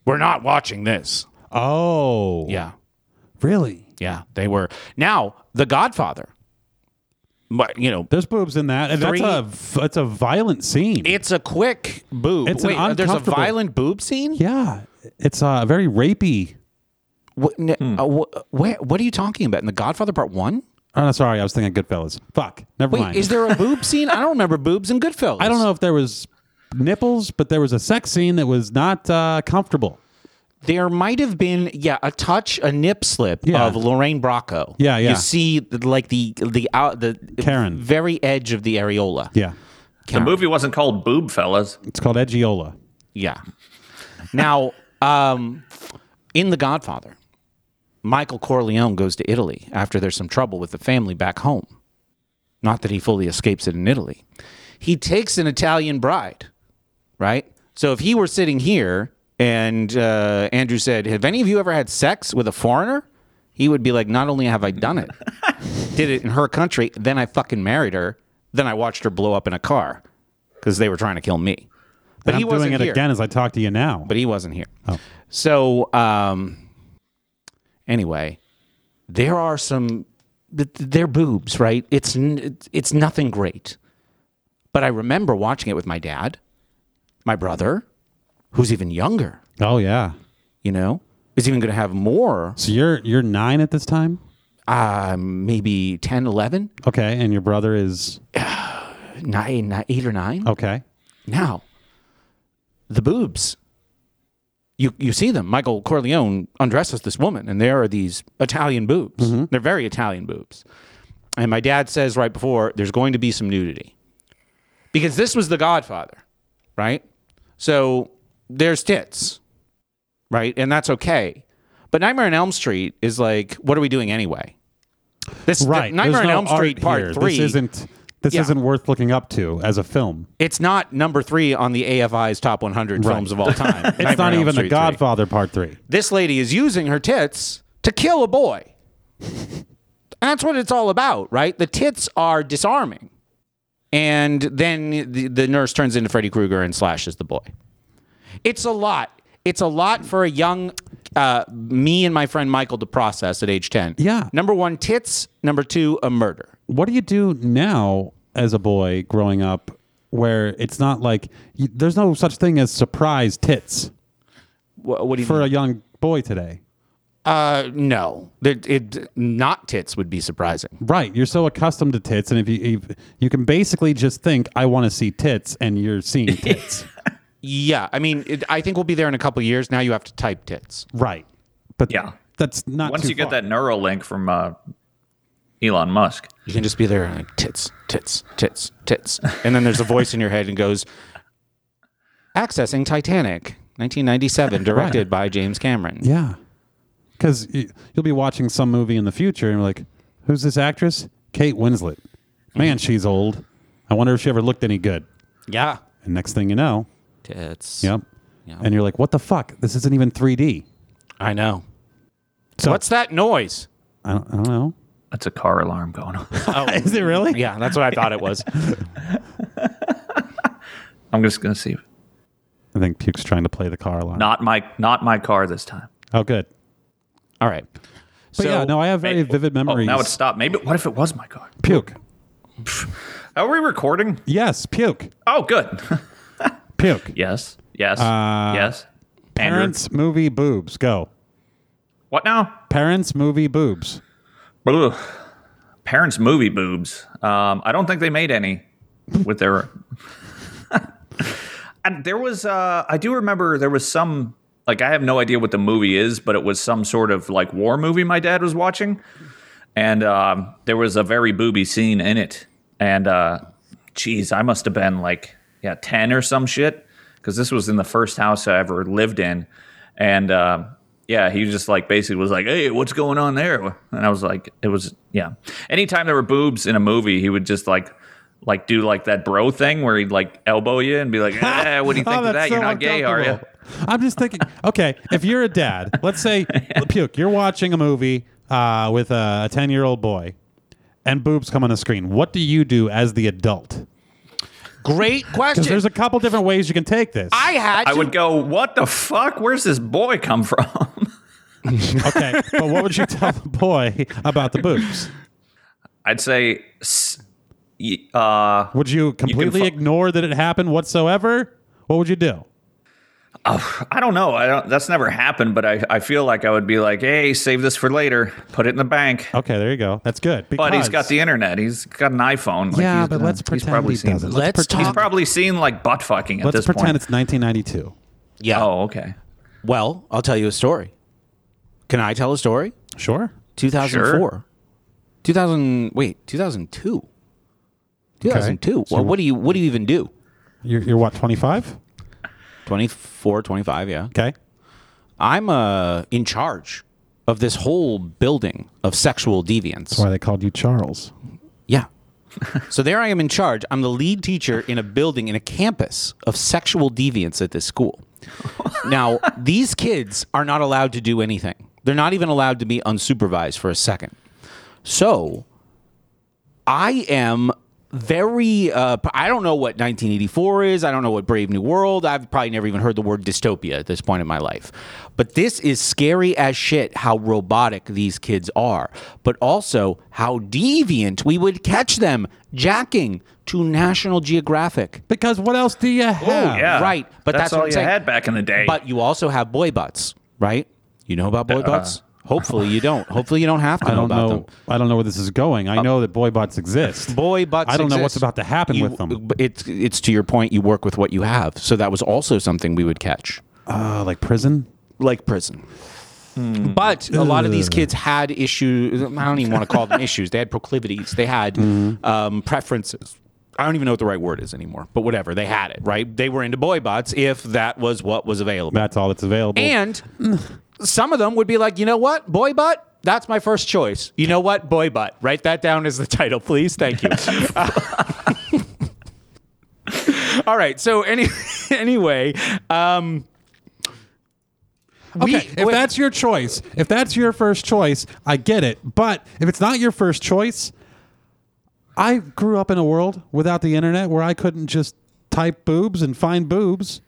Speaker 2: We're not watching this.
Speaker 1: oh,
Speaker 2: Yeah.
Speaker 1: really?
Speaker 2: Yeah, they were. Now, The Godfather. But, you know,
Speaker 1: There's boobs in that, and
Speaker 2: Three-
Speaker 1: that's a that's a violent scene.
Speaker 2: it's a quick boob.
Speaker 1: It's an
Speaker 2: Wait, uh, there's a
Speaker 1: uncomfortable-
Speaker 2: violent boob scene?
Speaker 1: yeah, it's uh, very rapey.
Speaker 2: What, n- uh, wh- where, what are you talking about? In The Godfather Part 1?
Speaker 1: Oh, no, sorry, I was thinking Goodfellas. Fuck, never
Speaker 2: Wait,
Speaker 1: mind.
Speaker 2: is there a boob scene? I don't remember boobs in Goodfellas.
Speaker 1: I don't know if there was nipples, but there was a sex scene that was not uh, comfortable.
Speaker 2: There might have been, yeah, a touch, a nip slip
Speaker 1: Yeah.
Speaker 2: of Lorraine Bracco.
Speaker 1: Yeah, yeah.
Speaker 2: You see, like the the out the
Speaker 1: Karen.
Speaker 2: very edge of the areola.
Speaker 1: Yeah,
Speaker 4: The movie wasn't called Boob Fellas.
Speaker 1: it's called Edgiola.
Speaker 2: Yeah. Now, um, in The Godfather, Michael Corleone goes to Italy after there's some trouble with the family back home. Not that he fully escapes it in Italy. He takes an Italian bride, right? So if he were sitting here and uh, Andrew said, Have any of you ever had sex with a foreigner? He would be like, Not only have I done it, did it in her country, then I fucking married her, then I watched her blow up in a car because they were trying to kill me. But
Speaker 1: I'm
Speaker 2: he wasn't
Speaker 1: doing it
Speaker 2: here
Speaker 1: again as I talk to you now.
Speaker 2: but he wasn't here. So um, anyway, there are some th- th- they're boobs, right? It's n- it's nothing great. But I remember watching it with my dad, my brother, who's even younger,
Speaker 1: oh yeah,
Speaker 2: you know, is even going to have more,
Speaker 1: so you're you're nine at this time,
Speaker 2: uh, maybe 10, 11,
Speaker 1: okay, and your brother is
Speaker 2: nine, nine, 8 or 9.
Speaker 1: okay.
Speaker 2: Now, the boobs. You you see them. Michael Corleone undresses this woman, and there are these Italian boobs.
Speaker 1: Mm-hmm.
Speaker 2: They're very Italian boobs. And my dad says right before, there's going to be some nudity. Because this was The Godfather, right? So there's tits, right? And that's okay. But Nightmare on Elm Street is like, what are we doing anyway? This
Speaker 1: Right,
Speaker 2: Nightmare
Speaker 1: There's
Speaker 2: on
Speaker 1: no
Speaker 2: Elm Street
Speaker 1: art
Speaker 2: Part
Speaker 1: here.
Speaker 2: Three.
Speaker 1: This isn't this
Speaker 2: Yeah.
Speaker 1: isn't worth looking up to as a film.
Speaker 2: It's not number three on the AFI's top 100
Speaker 1: Right.
Speaker 2: films of all time.
Speaker 1: It's not even The Godfather Part Three.
Speaker 2: This lady is using her tits to kill a boy. And that's what it's all about, right? The tits are disarming. And then the, the nurse turns into Freddy Krueger and slashes the boy. It's a lot. It's a lot for a young, uh, me and my friend Michael to process at age 10.
Speaker 1: Yeah.
Speaker 2: Number one, tits. Number two, a murder.
Speaker 1: what do you do now as a boy growing up where it's not like you, there's no such thing as surprise tits
Speaker 2: What, what do you
Speaker 1: for a young boy today
Speaker 2: Uh, no, There- it, not tits would be surprising.
Speaker 1: right you're so accustomed to tits and if you if, you can basically just think i want to see tits and you're seeing tits
Speaker 2: Yeah, I mean, it, I think we'll be there in a couple of years. Now you have to type tits.
Speaker 1: right but
Speaker 4: Yeah.
Speaker 1: that's not
Speaker 4: Once
Speaker 1: too
Speaker 4: you get
Speaker 1: far.
Speaker 4: that neural link from uh, Elon Musk,
Speaker 2: You can just be there like tits, tits, tits, tits, and then there's a voice in your head and goes, "Accessing Titanic, 1997, directed by James Cameron."
Speaker 1: yeah because you, will be watching some movie in the future and you're like who's this actress kate winslet
Speaker 4: Mm-hmm.
Speaker 1: man she's old i wonder if she ever looked any good
Speaker 2: Yeah,
Speaker 1: and next thing you know
Speaker 2: tits.
Speaker 1: Yep. And you're like, what the fuck? This isn't even 3D.
Speaker 2: I know.
Speaker 1: So
Speaker 2: What's that noise?
Speaker 1: I don't, I don't know.
Speaker 4: that's a car alarm going on.
Speaker 1: Is it really?
Speaker 2: Yeah, that's what I thought it was.
Speaker 4: I'm just gonna see.
Speaker 1: I think Puke's trying to play the car alarm.
Speaker 4: Not my not my car this time.
Speaker 1: Oh, good.
Speaker 2: All right.
Speaker 1: But yeah, no, I have very vivid memories.
Speaker 4: Oh, now it's stopped. Maybe what if it was my car?
Speaker 1: Puke.
Speaker 4: Are we recording?
Speaker 1: Yes, puke.
Speaker 4: Oh, good.
Speaker 1: Puke.
Speaker 4: yes. Yes.
Speaker 1: Uh,
Speaker 4: yes. Andrew.
Speaker 1: Parents, movie, boobs. Go.
Speaker 4: What now?
Speaker 1: Parents, movie, boobs.
Speaker 4: Ugh. Parents movie boobs. Um, I don't think they made any with their. and there was, uh, I do remember there was some, like, I have no idea what the movie is, but it was some sort of like war movie my dad was watching. And um, there was a very booby scene in it. And, uh, geez, I must have been like, yeah, 10 or some shit. Cause this was in the first house I ever lived in. And, uh, yeah, he just like basically was like, "Hey, what's going on there?" And I was like, "It was yeah." Anytime there were boobs in a movie, he would just like like do like that bro thing where he'd like elbow you and be like, eh, "What do you
Speaker 1: Oh,
Speaker 4: think of
Speaker 1: that's
Speaker 4: that?
Speaker 1: so
Speaker 4: You're not gay, are you?"
Speaker 1: uncomfortable. I'm just thinking, okay, if you're a dad, let's say, Puke, you're watching a movie uh, with a 10 year old boy and boobs come on the screen. What do you do as the adult?
Speaker 3: Great
Speaker 1: Because
Speaker 3: question.
Speaker 1: there's a couple different ways you can take this.
Speaker 3: I had
Speaker 4: I
Speaker 3: to
Speaker 4: would go, "What the fuck? Where's this boy come from?"
Speaker 1: okay, but what would you tell the boy about the boobs?
Speaker 4: I'd say, "S- y- uh,
Speaker 1: Would you completely
Speaker 4: fu-
Speaker 1: ignore that it happened whatsoever? What would you do?
Speaker 4: I don't know. I don't. That's never happened, but I, I feel like I would be like, "Hey, save this for later. Put it in the bank."
Speaker 1: Okay, there you go. That's good. Because,
Speaker 4: But he's got the internet. He's got an iPhone. Like,
Speaker 1: yeah,
Speaker 4: he's
Speaker 1: but
Speaker 4: gonna-
Speaker 1: let's
Speaker 4: he's
Speaker 1: pretend
Speaker 4: probably
Speaker 1: he
Speaker 4: seen-
Speaker 1: doesn't.
Speaker 3: Let's
Speaker 1: pretend,
Speaker 4: He's probably seen like butt fucking at
Speaker 1: Let's
Speaker 4: this
Speaker 1: pretend
Speaker 4: point.
Speaker 1: it's 1992.
Speaker 2: Yeah.
Speaker 4: oh, okay.
Speaker 2: Well, I'll tell you a story. Can I tell a story?
Speaker 1: Sure.
Speaker 2: 2004.
Speaker 4: Sure.
Speaker 2: 2000 wait, 2002. 2002.
Speaker 1: So-
Speaker 2: well, what do you what do you even do?
Speaker 1: You're, you're what, 25?
Speaker 2: 24, 25, yeah.
Speaker 1: Okay.
Speaker 2: I'm uh in charge of this whole building of sexual deviants.
Speaker 1: Why they called you Charles.
Speaker 2: Yeah. so there I am in charge. I'm the lead teacher in a building in a campus of sexual deviants at this school. now, these kids are not allowed to do anything. They're not even allowed to be unsupervised for a second. So I am very uh, p- I don't know what 1984 is. I don't know what Brave New World. I've probably never even heard the word dystopia at this point in my life. But this is scary as shit how robotic these kids are, but also how deviant we would catch them jacking to National Geographic.
Speaker 1: Because what else do
Speaker 2: Oh,
Speaker 1: you have?
Speaker 4: Yeah,
Speaker 2: right. But that's,
Speaker 4: all
Speaker 2: what I'm
Speaker 4: you
Speaker 2: saying.
Speaker 4: had back in the day.
Speaker 2: But you also have boy butts, right? You know about boy butts? Hopefully you don't. Hopefully you don't have to
Speaker 1: Uh, I
Speaker 2: know
Speaker 1: don't know.
Speaker 2: about them.
Speaker 1: I don't know where this is going. I know that boy bots exist.
Speaker 2: boy butts.
Speaker 1: I don't know what's
Speaker 2: exist.
Speaker 1: about to happen
Speaker 2: You-
Speaker 1: with them.
Speaker 2: but It's it's to your point. You work with what you have, so that was also something we would catch,
Speaker 1: Uh, like prison.
Speaker 2: like prison. But a lot of these kids had issues. I don't even want to call them issues. They had proclivities. They had
Speaker 1: Mm-hmm.
Speaker 2: um, preferences. I don't even know what the right word is anymore. But whatever, they had it right. They were into boy bots if that was what was available.
Speaker 1: That's all that's available.
Speaker 2: And some of them would be like, you know what, boy butt. That's my first choice. You know what, boy butt. Write that down as the title, please. Thank you. all right. So any anyway, um,
Speaker 1: okay, if that's your choice, if that's your first choice, I get it. But if it's not your first choice, I grew up in a world without the internet where I couldn't just type boobs and find boobs.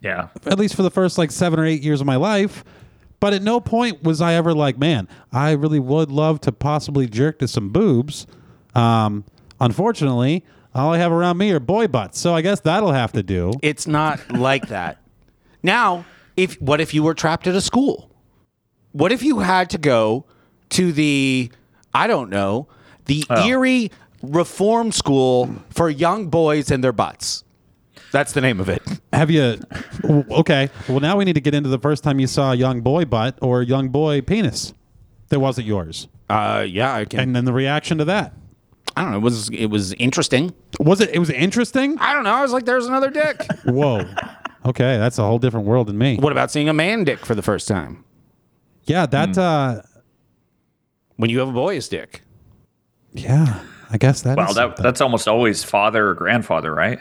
Speaker 4: yeah,
Speaker 1: at least for the first like seven or eight years of my life. But at no point was I ever like, man, I really would love to possibly jerk to some boobs. Um, unfortunately, all I have around me are boy butts, so I guess that'll have to do.
Speaker 2: it's not like that. Now, if what if you were trapped at a school? What if you had to go to the I don't know, the Erie Reform School for young boys and their butts? That's the name of it.
Speaker 1: Have you? w- Okay. Well, now we need to get into the first time you saw a young boy butt or a young boy penis that wasn't yours,
Speaker 2: Uh, yeah, I can.
Speaker 1: and then the reaction to that.
Speaker 2: I don't know. It was it was interesting.
Speaker 1: Was it? It was interesting.
Speaker 2: I don't know. I was like, there's another dick.
Speaker 1: Whoa. Okay, that's a whole different world than me.
Speaker 2: what about seeing a man dick for the first time
Speaker 1: Yeah, that.
Speaker 4: hmm.
Speaker 1: Uh,
Speaker 2: when you have a boy's dick?
Speaker 1: yeah, I guess that.
Speaker 4: well,
Speaker 1: is
Speaker 4: that,
Speaker 1: something.
Speaker 4: that's almost always father or grandfather, right?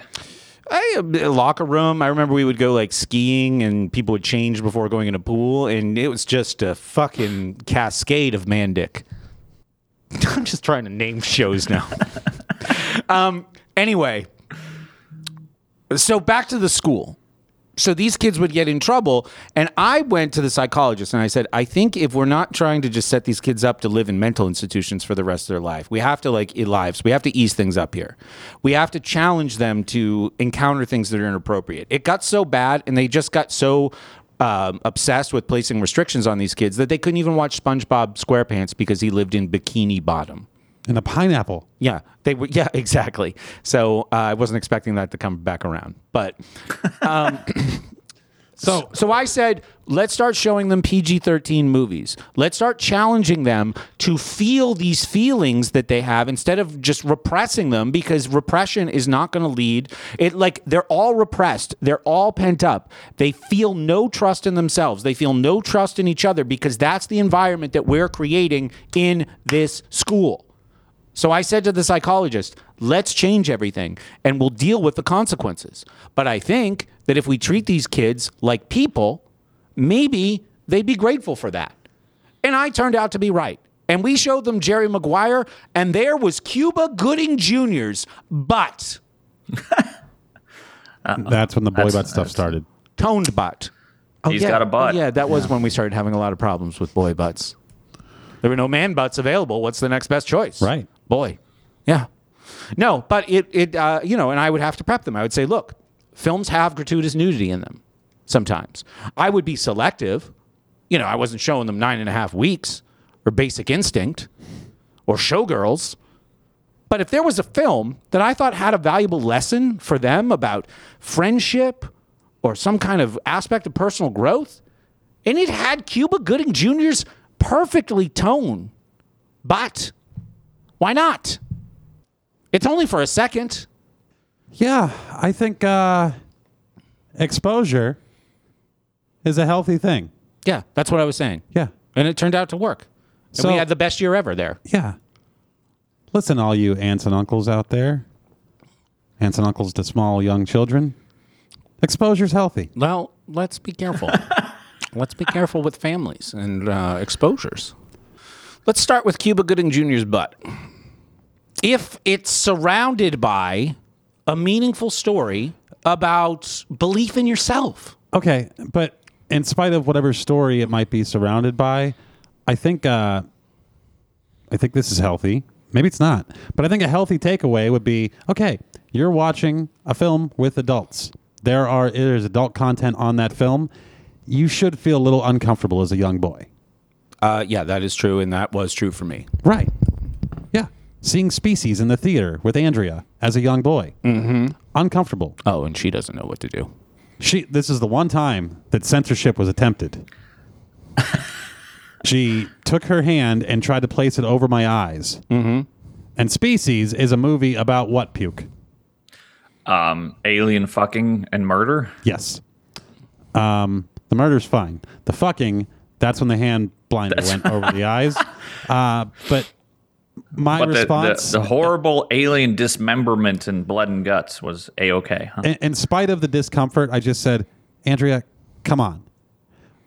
Speaker 2: I, a locker room. I remember we would go like skiing, and people would change before going in a pool, and it was just a fucking cascade of man dick. I'm just trying to name shows now. um. Anyway, so back to the school. So these kids would get in trouble, and I went to the psychologist and I said, I think if we're not trying to just set these kids up to live in mental institutions for the rest of their life, we have to like e- lives. We have to ease things up here. We have to challenge them to encounter things that are inappropriate. It got so bad, and they just got so um, obsessed with placing restrictions on these kids that they couldn't even watch SpongeBob SquarePants because he lived in Bikini Bottom.
Speaker 1: and a pineapple.
Speaker 2: Yeah, they were. Yeah, exactly. So uh, I wasn't expecting that to come back around, but um,
Speaker 1: So
Speaker 2: So I said, let's start showing them PG 13 movies. Let's start challenging them to feel these feelings that they have instead of just repressing them because repression is not going to lead. It like they're all repressed, they're all pent up. They feel no trust in themselves, they feel no trust in each other because that's the environment that we're creating in this school. So I said to the psychologist, let's change everything and we'll deal with the consequences. But I think that if we treat these kids like people, maybe they'd be grateful for that. And I turned out to be right. And we showed them Jerry Maguire, and there was Cuba Gooding Jr.'s butt,
Speaker 1: that's when the boy
Speaker 4: Uh, That's-
Speaker 1: butt stuff started.
Speaker 2: toned butt. Oh,
Speaker 4: He's got a butt.
Speaker 2: Yeah, that was when we started having a lot of problems with boy butts. There were no man butts available. What's the next best choice?
Speaker 1: Right.
Speaker 2: Boy. Yeah. No, but it, it uh, you know, and I would have to prep them. I would say, look, films have gratuitous nudity in them sometimes. I would be selective. You know, I wasn't showing them nine and a half weeks or Basic Instinct or Showgirls. But if there was a film that I thought had a valuable lesson for them about friendship or some kind of aspect of personal growth, and it had Cuba Gooding Jr.'s perfectly tone. But why not? It's only for a second.
Speaker 1: Yeah, I think uh, exposure is a healthy thing.
Speaker 2: Yeah, that's what I was saying.
Speaker 1: Yeah,
Speaker 2: And it turned out to work. And
Speaker 1: So-
Speaker 2: we had the best year ever there.
Speaker 1: yeah. Listen, all you aunts and uncles out there, aunts and uncles to small young children, exposure's healthy.
Speaker 2: Well, let's be careful. let's be careful with families and uh, exposures. Let's start with Cuba Gooding Jr.'s butt. If it's surrounded by a meaningful story about belief in yourself,
Speaker 1: Okay, but in spite of whatever story it might be surrounded by, I think uh, I think this is healthy. Maybe it's not, but I think a healthy takeaway would be: okay, you're watching a film with adults. There are there's adult content on that film. You should feel a little uncomfortable as a young boy,
Speaker 2: Uh, yeah, that is true, and that was true for me.
Speaker 1: right? Yeah, seeing Species in the theater with Andrea as a young boy, mm-hmm. uncomfortable.
Speaker 2: Oh, and she doesn't know what to do.
Speaker 1: She. This is the one time that censorship was attempted. she took her hand and tried to place it over my eyes. Mm-hmm. And Species is a movie about what puke?
Speaker 4: Um, alien fucking and murder.
Speaker 1: Yes. Um, the murder's fine. The fucking. That's when the hand blindly went over the eyes. Uh, but my
Speaker 4: But the, the,
Speaker 1: response,
Speaker 4: the horrible alien dismemberment and blood and guts was a okay. Huh?
Speaker 1: in, in spite of the discomfort, I just said, Andrea, come on.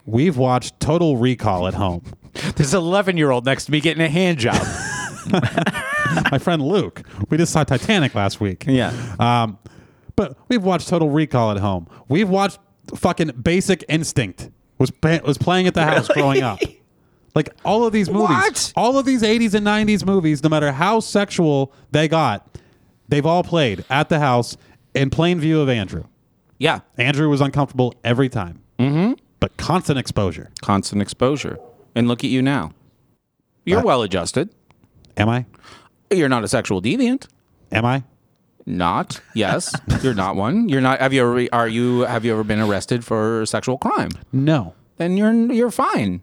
Speaker 1: We've watched Total Recall at home.
Speaker 2: There's an 11 year old next to me getting a hand job.
Speaker 1: my friend Luke. We just saw Titanic last week.
Speaker 2: yeah.
Speaker 1: Um, but we've watched Total Recall at home. We've watched fucking Basic Instinct was pa- was playing at the house growing up. Like all of these movies,
Speaker 2: What?
Speaker 1: all of these 80s and 90s movies, no matter how sexual they got, they've all played at the house in plain view of Andrew.
Speaker 2: Yeah.
Speaker 1: Andrew was uncomfortable every time. Mm-hmm. But constant exposure.
Speaker 2: Constant exposure. And look at you now. You're well adjusted.
Speaker 1: Am I?
Speaker 2: You're not a sexual deviant.
Speaker 1: Am I?
Speaker 2: Not. Yes. You're not one. You're not. Have you ever, are you, have you ever been arrested for sexual crime?
Speaker 1: No.
Speaker 2: Then you're, you're fine.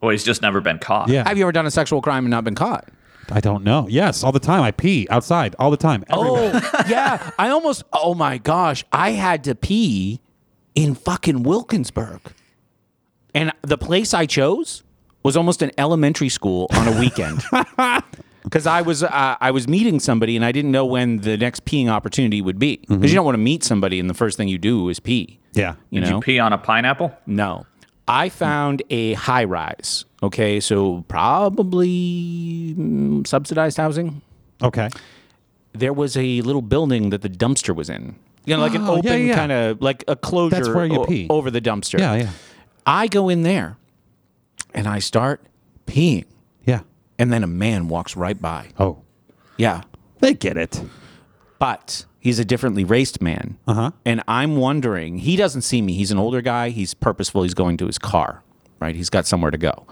Speaker 4: Well, he's just never been caught.
Speaker 1: Yeah.
Speaker 2: Have you ever done a sexual crime and not been caught?
Speaker 1: I don't know. Yes, all the time. I pee outside all the time. everywhere.
Speaker 2: Oh, yeah. I almost, oh my gosh, I had to pee in fucking Wilkinsburg. And the place I chose was almost an elementary school on a weekend. Because I was uh, I was meeting somebody and I didn't know when the next peeing opportunity would be. Because
Speaker 4: Mm-hmm.
Speaker 2: you don't want to meet somebody and the first thing you do is pee.
Speaker 1: Yeah.
Speaker 2: You
Speaker 4: Did
Speaker 2: know?
Speaker 4: you pee on a pineapple?
Speaker 2: No. I found a high rise. Okay, so probably mm, subsidized housing
Speaker 1: Okay.
Speaker 2: there was a little building that the dumpster was in. You know, like an
Speaker 1: Oh,
Speaker 2: open
Speaker 1: yeah, yeah.
Speaker 2: kind of like a closure
Speaker 1: That's where you
Speaker 2: o-
Speaker 1: pee.
Speaker 2: over the dumpster.
Speaker 1: Yeah, yeah.
Speaker 2: I go in there and I start peeing.
Speaker 1: Yeah.
Speaker 2: And then a man walks right by.
Speaker 1: Oh.
Speaker 2: Yeah.
Speaker 1: They get it.
Speaker 2: But he's a differently raced man.
Speaker 1: Uh-huh.
Speaker 2: And I'm wondering, he doesn't see me. He's an older guy. He's purposeful. He's going to his car, right? He's got somewhere to go.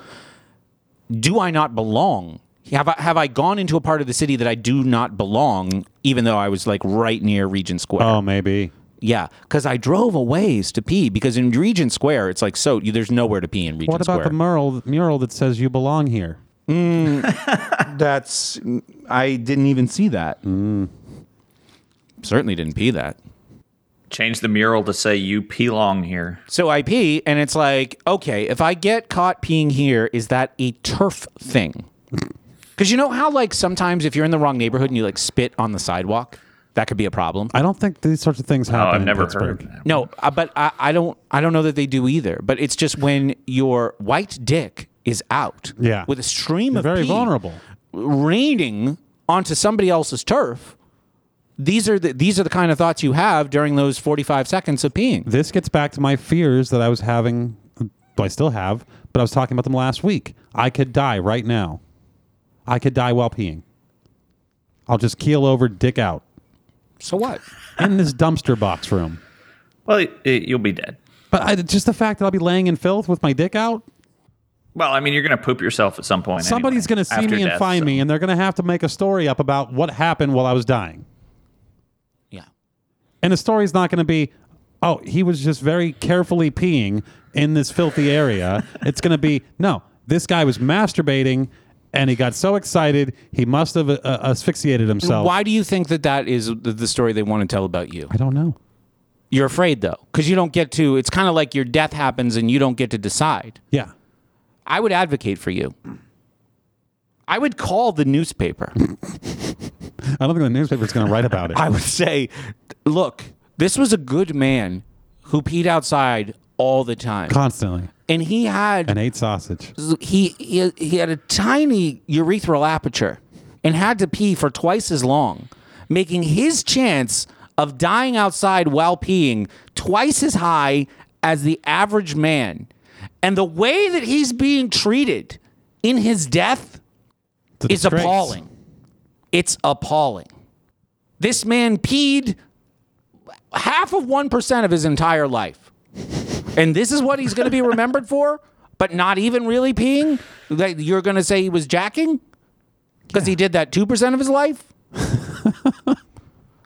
Speaker 2: Do I not belong? Have I, have I gone into a part of the city that I do not belong, even though I was like right near Regent Square?
Speaker 1: Oh, maybe.
Speaker 2: Yeah, because I drove a ways to pee because in Regent Square it's like so you, there's nowhere to pee in Regent
Speaker 1: What about
Speaker 2: Square.
Speaker 1: the mural mural that says you belong here?
Speaker 8: That's. I didn't even see that.
Speaker 2: Mm. Certainly didn't pee that.
Speaker 4: Change the mural to say you belong here.
Speaker 2: So I pee, and it's like, okay, if I get caught peeing here, is that a turf thing? Because you know how, like, sometimes if you're in the wrong neighborhood and you, like, spit on the sidewalk, that could be a problem.
Speaker 1: I don't think these sorts of things
Speaker 4: Oh,
Speaker 1: happen.
Speaker 4: I've
Speaker 1: in
Speaker 4: never
Speaker 1: Pittsburgh.
Speaker 4: heard. That.
Speaker 2: No, uh, but I, I don't. I don't know that they do either. But it's just when your white dick is out,
Speaker 1: Yeah.
Speaker 2: with a stream
Speaker 1: You're
Speaker 2: of
Speaker 1: very
Speaker 2: pee
Speaker 1: vulnerable.
Speaker 2: raining onto somebody else's turf. These are the these are the kind of thoughts you have during those forty five seconds of peeing.
Speaker 1: This gets back to my fears that I was having, well, I still have, but I was talking about them last week. I could die right now. I could die while peeing. I'll just keel over, dick out
Speaker 2: So what?
Speaker 1: in this dumpster box room.
Speaker 4: Well, it, it- you'll be dead.
Speaker 1: But I, just the fact that I'll be laying in filth with my dick out,
Speaker 4: Well, I mean, you're going to poop yourself at some point.
Speaker 1: somebody's
Speaker 4: anyway,
Speaker 1: going to see
Speaker 4: after
Speaker 1: me and
Speaker 4: death,
Speaker 1: find
Speaker 4: so-
Speaker 1: me, and they're going to have to make a story up about what happened while I was dying.
Speaker 2: Yeah.
Speaker 1: And the story's not going to be, oh, he was just very carefully peeing in this filthy area. it's going to be, no, this guy was masturbating and he got so excited, he must have uh, uh, asphyxiated himself.
Speaker 2: Why do you think that that is the- the story they want to tell about you?
Speaker 1: I don't know.
Speaker 2: You're afraid though, because you don't get to. It's kind of like your death happens and you don't get to decide.
Speaker 1: Yeah.
Speaker 2: I would advocate for you. I would call the newspaper.
Speaker 1: I don't think the newspaper's going to write about it.
Speaker 2: I would say, look, this was a good man who peed outside all the time,
Speaker 1: Constantly.
Speaker 2: and he had
Speaker 1: An eight sausage.
Speaker 2: he, he he had a tiny urethral aperture and had to pee for twice as long, making his chance of dying outside while peeing twice as high as the average man. And the way that he's being treated in his death
Speaker 1: It's a
Speaker 2: is
Speaker 1: disgrace.
Speaker 2: appalling. It's appalling. This man peed half of 1% of his entire life. And this is what he's going to be remembered for, but not even really peeing? That you're going to say he was jacking? Because he did that 2% of his life?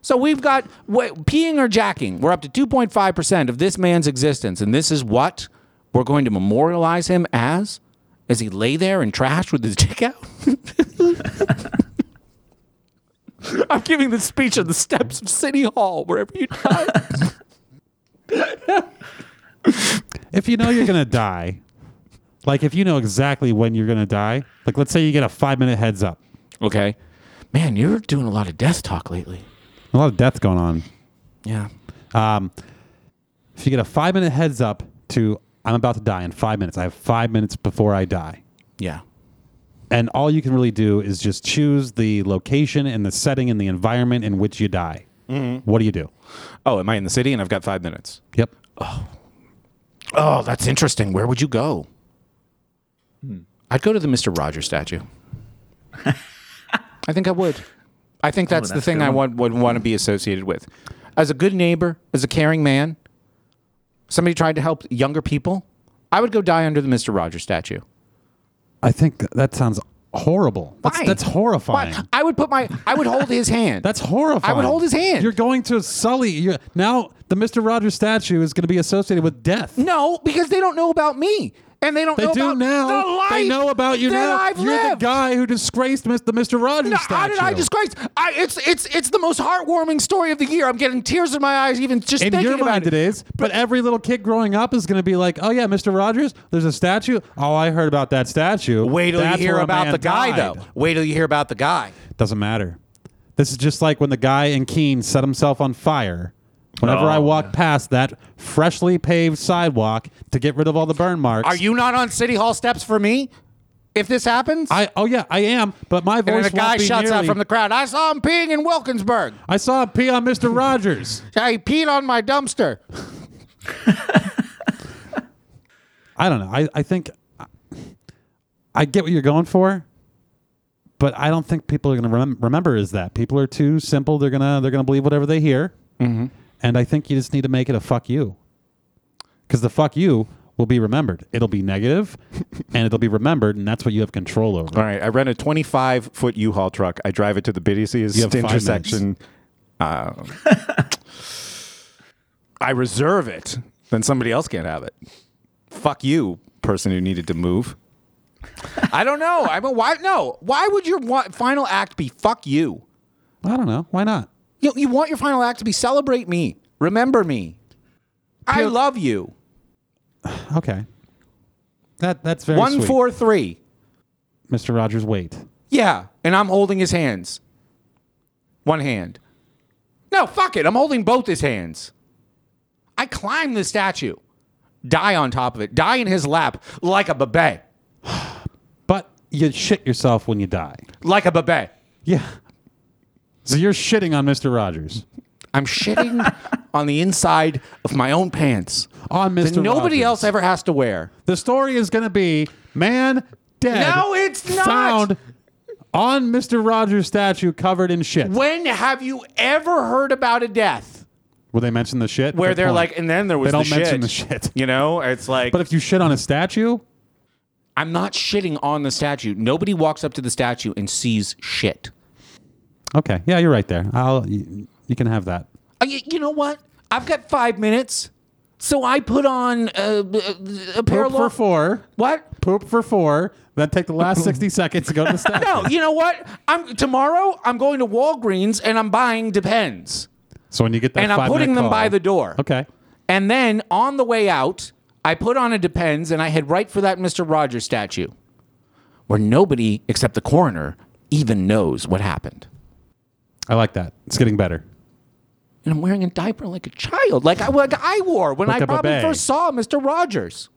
Speaker 2: so we've got wait, peeing or jacking. We're up to 2.5% of this man's existence. And this is what we're going to memorialize him as? As he lay there in trash with his dick out? I'm giving this speech on the steps of City Hall, wherever you die.
Speaker 1: If you know you're going to die, like if you know exactly when you're going to die, like let's say you get a five minute heads up.
Speaker 2: okay. Man, you're doing a lot of death talk lately.
Speaker 1: A lot of death going on.
Speaker 2: Yeah.
Speaker 1: Um, if you get a five minute heads up to I'm about to die in five minutes, I have five minutes before I die.
Speaker 2: Yeah.
Speaker 1: And all you can really do is just choose the location and the setting and the environment in which you die.
Speaker 2: Mm-hmm.
Speaker 1: What do you do?
Speaker 9: Oh, am I in the city and I've got five minutes?
Speaker 1: Yep.
Speaker 2: Oh, that's interesting. Where would you go?
Speaker 4: Hmm.
Speaker 2: I'd go to the Mr. Rogers statue. I think I would. I think that's, the
Speaker 4: Oh, that's
Speaker 2: thing
Speaker 4: good
Speaker 2: I
Speaker 4: one.
Speaker 2: would, would want to be associated with. As a good neighbor, as a caring man, somebody tried to help younger people, I would go die under the Mr. Rogers statue.
Speaker 1: I think th- that sounds horrible. That's,
Speaker 2: Why?
Speaker 1: that's horrifying.
Speaker 2: Why? I would put my I would hold his hand.
Speaker 1: That's horrifying.
Speaker 2: I would hold his hand.
Speaker 1: You're going to sully. you now the Mister Rogers statue is going to be associated with death.
Speaker 2: no, because they don't know about me. And they don't
Speaker 1: They
Speaker 2: know
Speaker 1: do
Speaker 2: about
Speaker 1: now.
Speaker 2: the life
Speaker 1: they know about you
Speaker 2: that
Speaker 1: now.
Speaker 2: I've
Speaker 1: You're
Speaker 2: lived.
Speaker 1: the guy who disgraced Mis- the Mister Rogers
Speaker 2: No,
Speaker 1: statue.
Speaker 2: how did I disgrace? I, it's it's it's the most heartwarming story of the year. I'm getting tears in my eyes even just
Speaker 1: in
Speaker 2: thinking
Speaker 1: your
Speaker 2: about
Speaker 1: mind it is. But every little kid growing up is going to be like, "Oh yeah, Mister Rogers, there's a statue. Oh, I heard about that statue.
Speaker 2: Wait till
Speaker 1: That's
Speaker 2: you hear
Speaker 1: where a
Speaker 2: about
Speaker 1: man
Speaker 2: the guy,
Speaker 1: died."
Speaker 2: though. Wait till you hear about the guy.
Speaker 1: Doesn't matter. This is just like when the guy in Keene set himself on fire. Whenever
Speaker 4: Oh,
Speaker 1: I walk past that freshly paved sidewalk to get rid of all the burn marks,
Speaker 2: Are you not on City Hall steps for me? If this happens,
Speaker 1: I oh yeah, I am. But my
Speaker 2: and
Speaker 1: voice
Speaker 2: then a guy
Speaker 1: won't be
Speaker 2: shouts out
Speaker 1: nearly-
Speaker 2: from the crowd, I saw him peeing in Wilkinsburg.
Speaker 1: I saw a pee on Mister Rogers.
Speaker 2: He peed on my dumpster.
Speaker 1: I don't know. I, I think I get what you're going for, but I don't think people are going to remem- remember is that people are too simple. They're gonna they're gonna believe whatever they hear,
Speaker 2: Mm-hmm.
Speaker 1: and I think you just need to make it a fuck you, because the fuck you will be remembered. It'll be negative, and it'll be remembered, and that's what you have control over.
Speaker 9: All right, I rent a 25 foot U Haul truck. I drive it to the
Speaker 1: You have
Speaker 9: busiest
Speaker 1: five
Speaker 9: intersection.
Speaker 2: Um, I reserve it, then somebody else can't have it. Fuck you, person who needed to move. I don't know. I mean, why? No. Why would your wa- final act be fuck you?
Speaker 1: I don't know. Why not?
Speaker 2: You, you want your final act to be celebrate me, remember me. I love you.
Speaker 1: Okay. That that's very
Speaker 2: One
Speaker 1: sweet.
Speaker 2: four three.
Speaker 1: Mr. Rogers. Wait.
Speaker 2: Yeah, and I'm holding his hands. One hand. No, fuck it. I'm holding both his hands. I climb the statue, die on top of it, die in his lap like a bebe,
Speaker 1: But you shit yourself when you die.
Speaker 2: like a bebe.
Speaker 1: Yeah. So you're shitting on Mr. Rogers.
Speaker 2: I'm shitting on the inside of my own pants
Speaker 1: On
Speaker 2: that
Speaker 1: Mr.
Speaker 2: nobody
Speaker 1: Rogers.
Speaker 2: else ever has to wear.
Speaker 1: The story is going to be man dead.
Speaker 2: No, it's not.
Speaker 1: Found on Mr. Rogers' statue covered in shit.
Speaker 2: When have you ever heard about a death
Speaker 1: Will they mention the shit?
Speaker 2: where
Speaker 1: Good
Speaker 2: they're
Speaker 1: point.
Speaker 2: like, and then there was
Speaker 1: they don't
Speaker 2: the
Speaker 1: mention
Speaker 2: shit.
Speaker 1: the shit.
Speaker 2: You know, it's like,
Speaker 1: But if you shit on a statue,
Speaker 2: I'm not shitting on the statue. Nobody walks up to the statue and sees shit.
Speaker 1: okay, yeah, you're right there. I'll you, you can have that.
Speaker 2: Uh, y- you know what? I've got five minutes, so I put on uh, a
Speaker 1: Poop
Speaker 2: pair
Speaker 1: for
Speaker 2: of long-
Speaker 1: four.
Speaker 2: What?
Speaker 1: Poop for four. Then take the last sixty seconds to go to the statue.
Speaker 2: No, you know what? I'm tomorrow. I'm going to Walgreens and I'm buying Depends,
Speaker 1: So when you get that,
Speaker 2: and I'm
Speaker 1: five-minute
Speaker 2: putting them
Speaker 1: call-
Speaker 2: by the door.
Speaker 1: Okay.
Speaker 2: And then on the way out, I put on a Depends and I head right for that Mister Rogers statue, where nobody except the coroner even knows what happened.
Speaker 1: I like that. It's getting better.
Speaker 2: and I'm wearing a diaper like a child, like I, like I wore when
Speaker 1: Like
Speaker 2: I
Speaker 1: a
Speaker 2: probably
Speaker 1: bebe.
Speaker 2: first saw Mr. Rogers.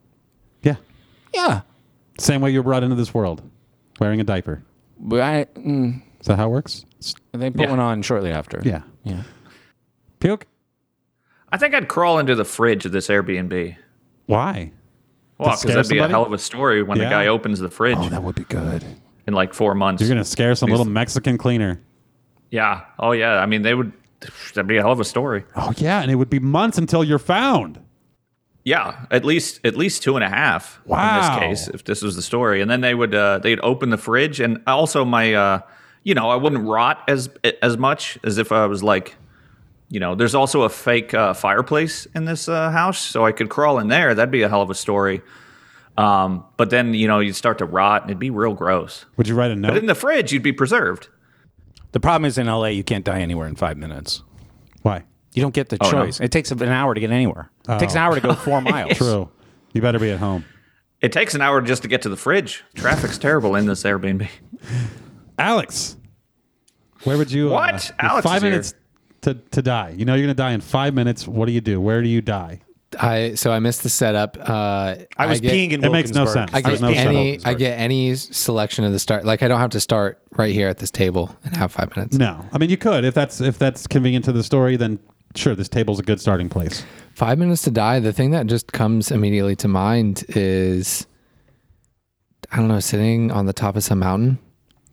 Speaker 1: Yeah.
Speaker 2: Yeah,
Speaker 1: Same way you're brought into this world, wearing a diaper.
Speaker 2: but I mm,
Speaker 1: Is that how it works? S-
Speaker 2: they put one on shortly after.
Speaker 1: Yeah.
Speaker 2: yeah.
Speaker 1: Puke.
Speaker 4: I think I'd crawl into the fridge of this Airbnb.
Speaker 1: Why?
Speaker 4: Well,
Speaker 1: scare
Speaker 4: because that'd be
Speaker 1: somebody?
Speaker 4: a hell of a story when
Speaker 1: Yeah. Oh,
Speaker 4: the guy opens the fridge
Speaker 1: That would be good.
Speaker 4: in like four months.
Speaker 1: You're gonna scare some little Mexican cleaner.
Speaker 4: yeah. Oh, yeah. I mean, they would. That'd be a hell of a story.
Speaker 1: Oh yeah, and it would be months until you're found.
Speaker 4: Yeah, at least at least two and a half.
Speaker 1: Wow.
Speaker 4: In this case, if this was the story, and then they would uh, they'd open the fridge, and also my uh, you know I wouldn't rot as as much as if I was like you know there's also a fake uh, fireplace in this uh, house, so I could crawl in there. That'd be a hell of a story. Um, but then you know you'd start to rot, and it'd be real gross.
Speaker 1: Would you write a note?
Speaker 4: But in the fridge, you'd be preserved.
Speaker 2: The problem is in LA, you can't die anywhere in five minutes.
Speaker 1: Why?
Speaker 2: You don't get the
Speaker 4: no.
Speaker 2: choice. It takes an hour to get anywhere. It takes an hour to go four miles.
Speaker 1: Oh. True. You better be at home.
Speaker 4: It takes an hour just to get to the fridge. Traffic's terrible in this Airbnb.
Speaker 1: Alex, where would you?
Speaker 4: What?
Speaker 1: your
Speaker 4: Alex
Speaker 1: Five
Speaker 4: is here.
Speaker 1: minutes to, to die. You know you're gonna die in five minutes. What do you do? Where do you die?
Speaker 10: I so I missed the setup. Uh,
Speaker 2: I was
Speaker 10: get,
Speaker 2: peeing in.
Speaker 1: It makes no
Speaker 2: Wilkinsburg.
Speaker 1: sense.
Speaker 10: I
Speaker 1: There's
Speaker 10: get
Speaker 1: no
Speaker 10: any.
Speaker 1: setup.
Speaker 10: I get any s- selection of the start. Like I don't have to start right here at this table and have five minutes.
Speaker 1: No, I mean you could if that's if that's convenient to the story. Then sure, this table's a good starting place.
Speaker 10: Five minutes to die. The thing that just comes immediately to mind is, I don't know, sitting on the top of some mountain,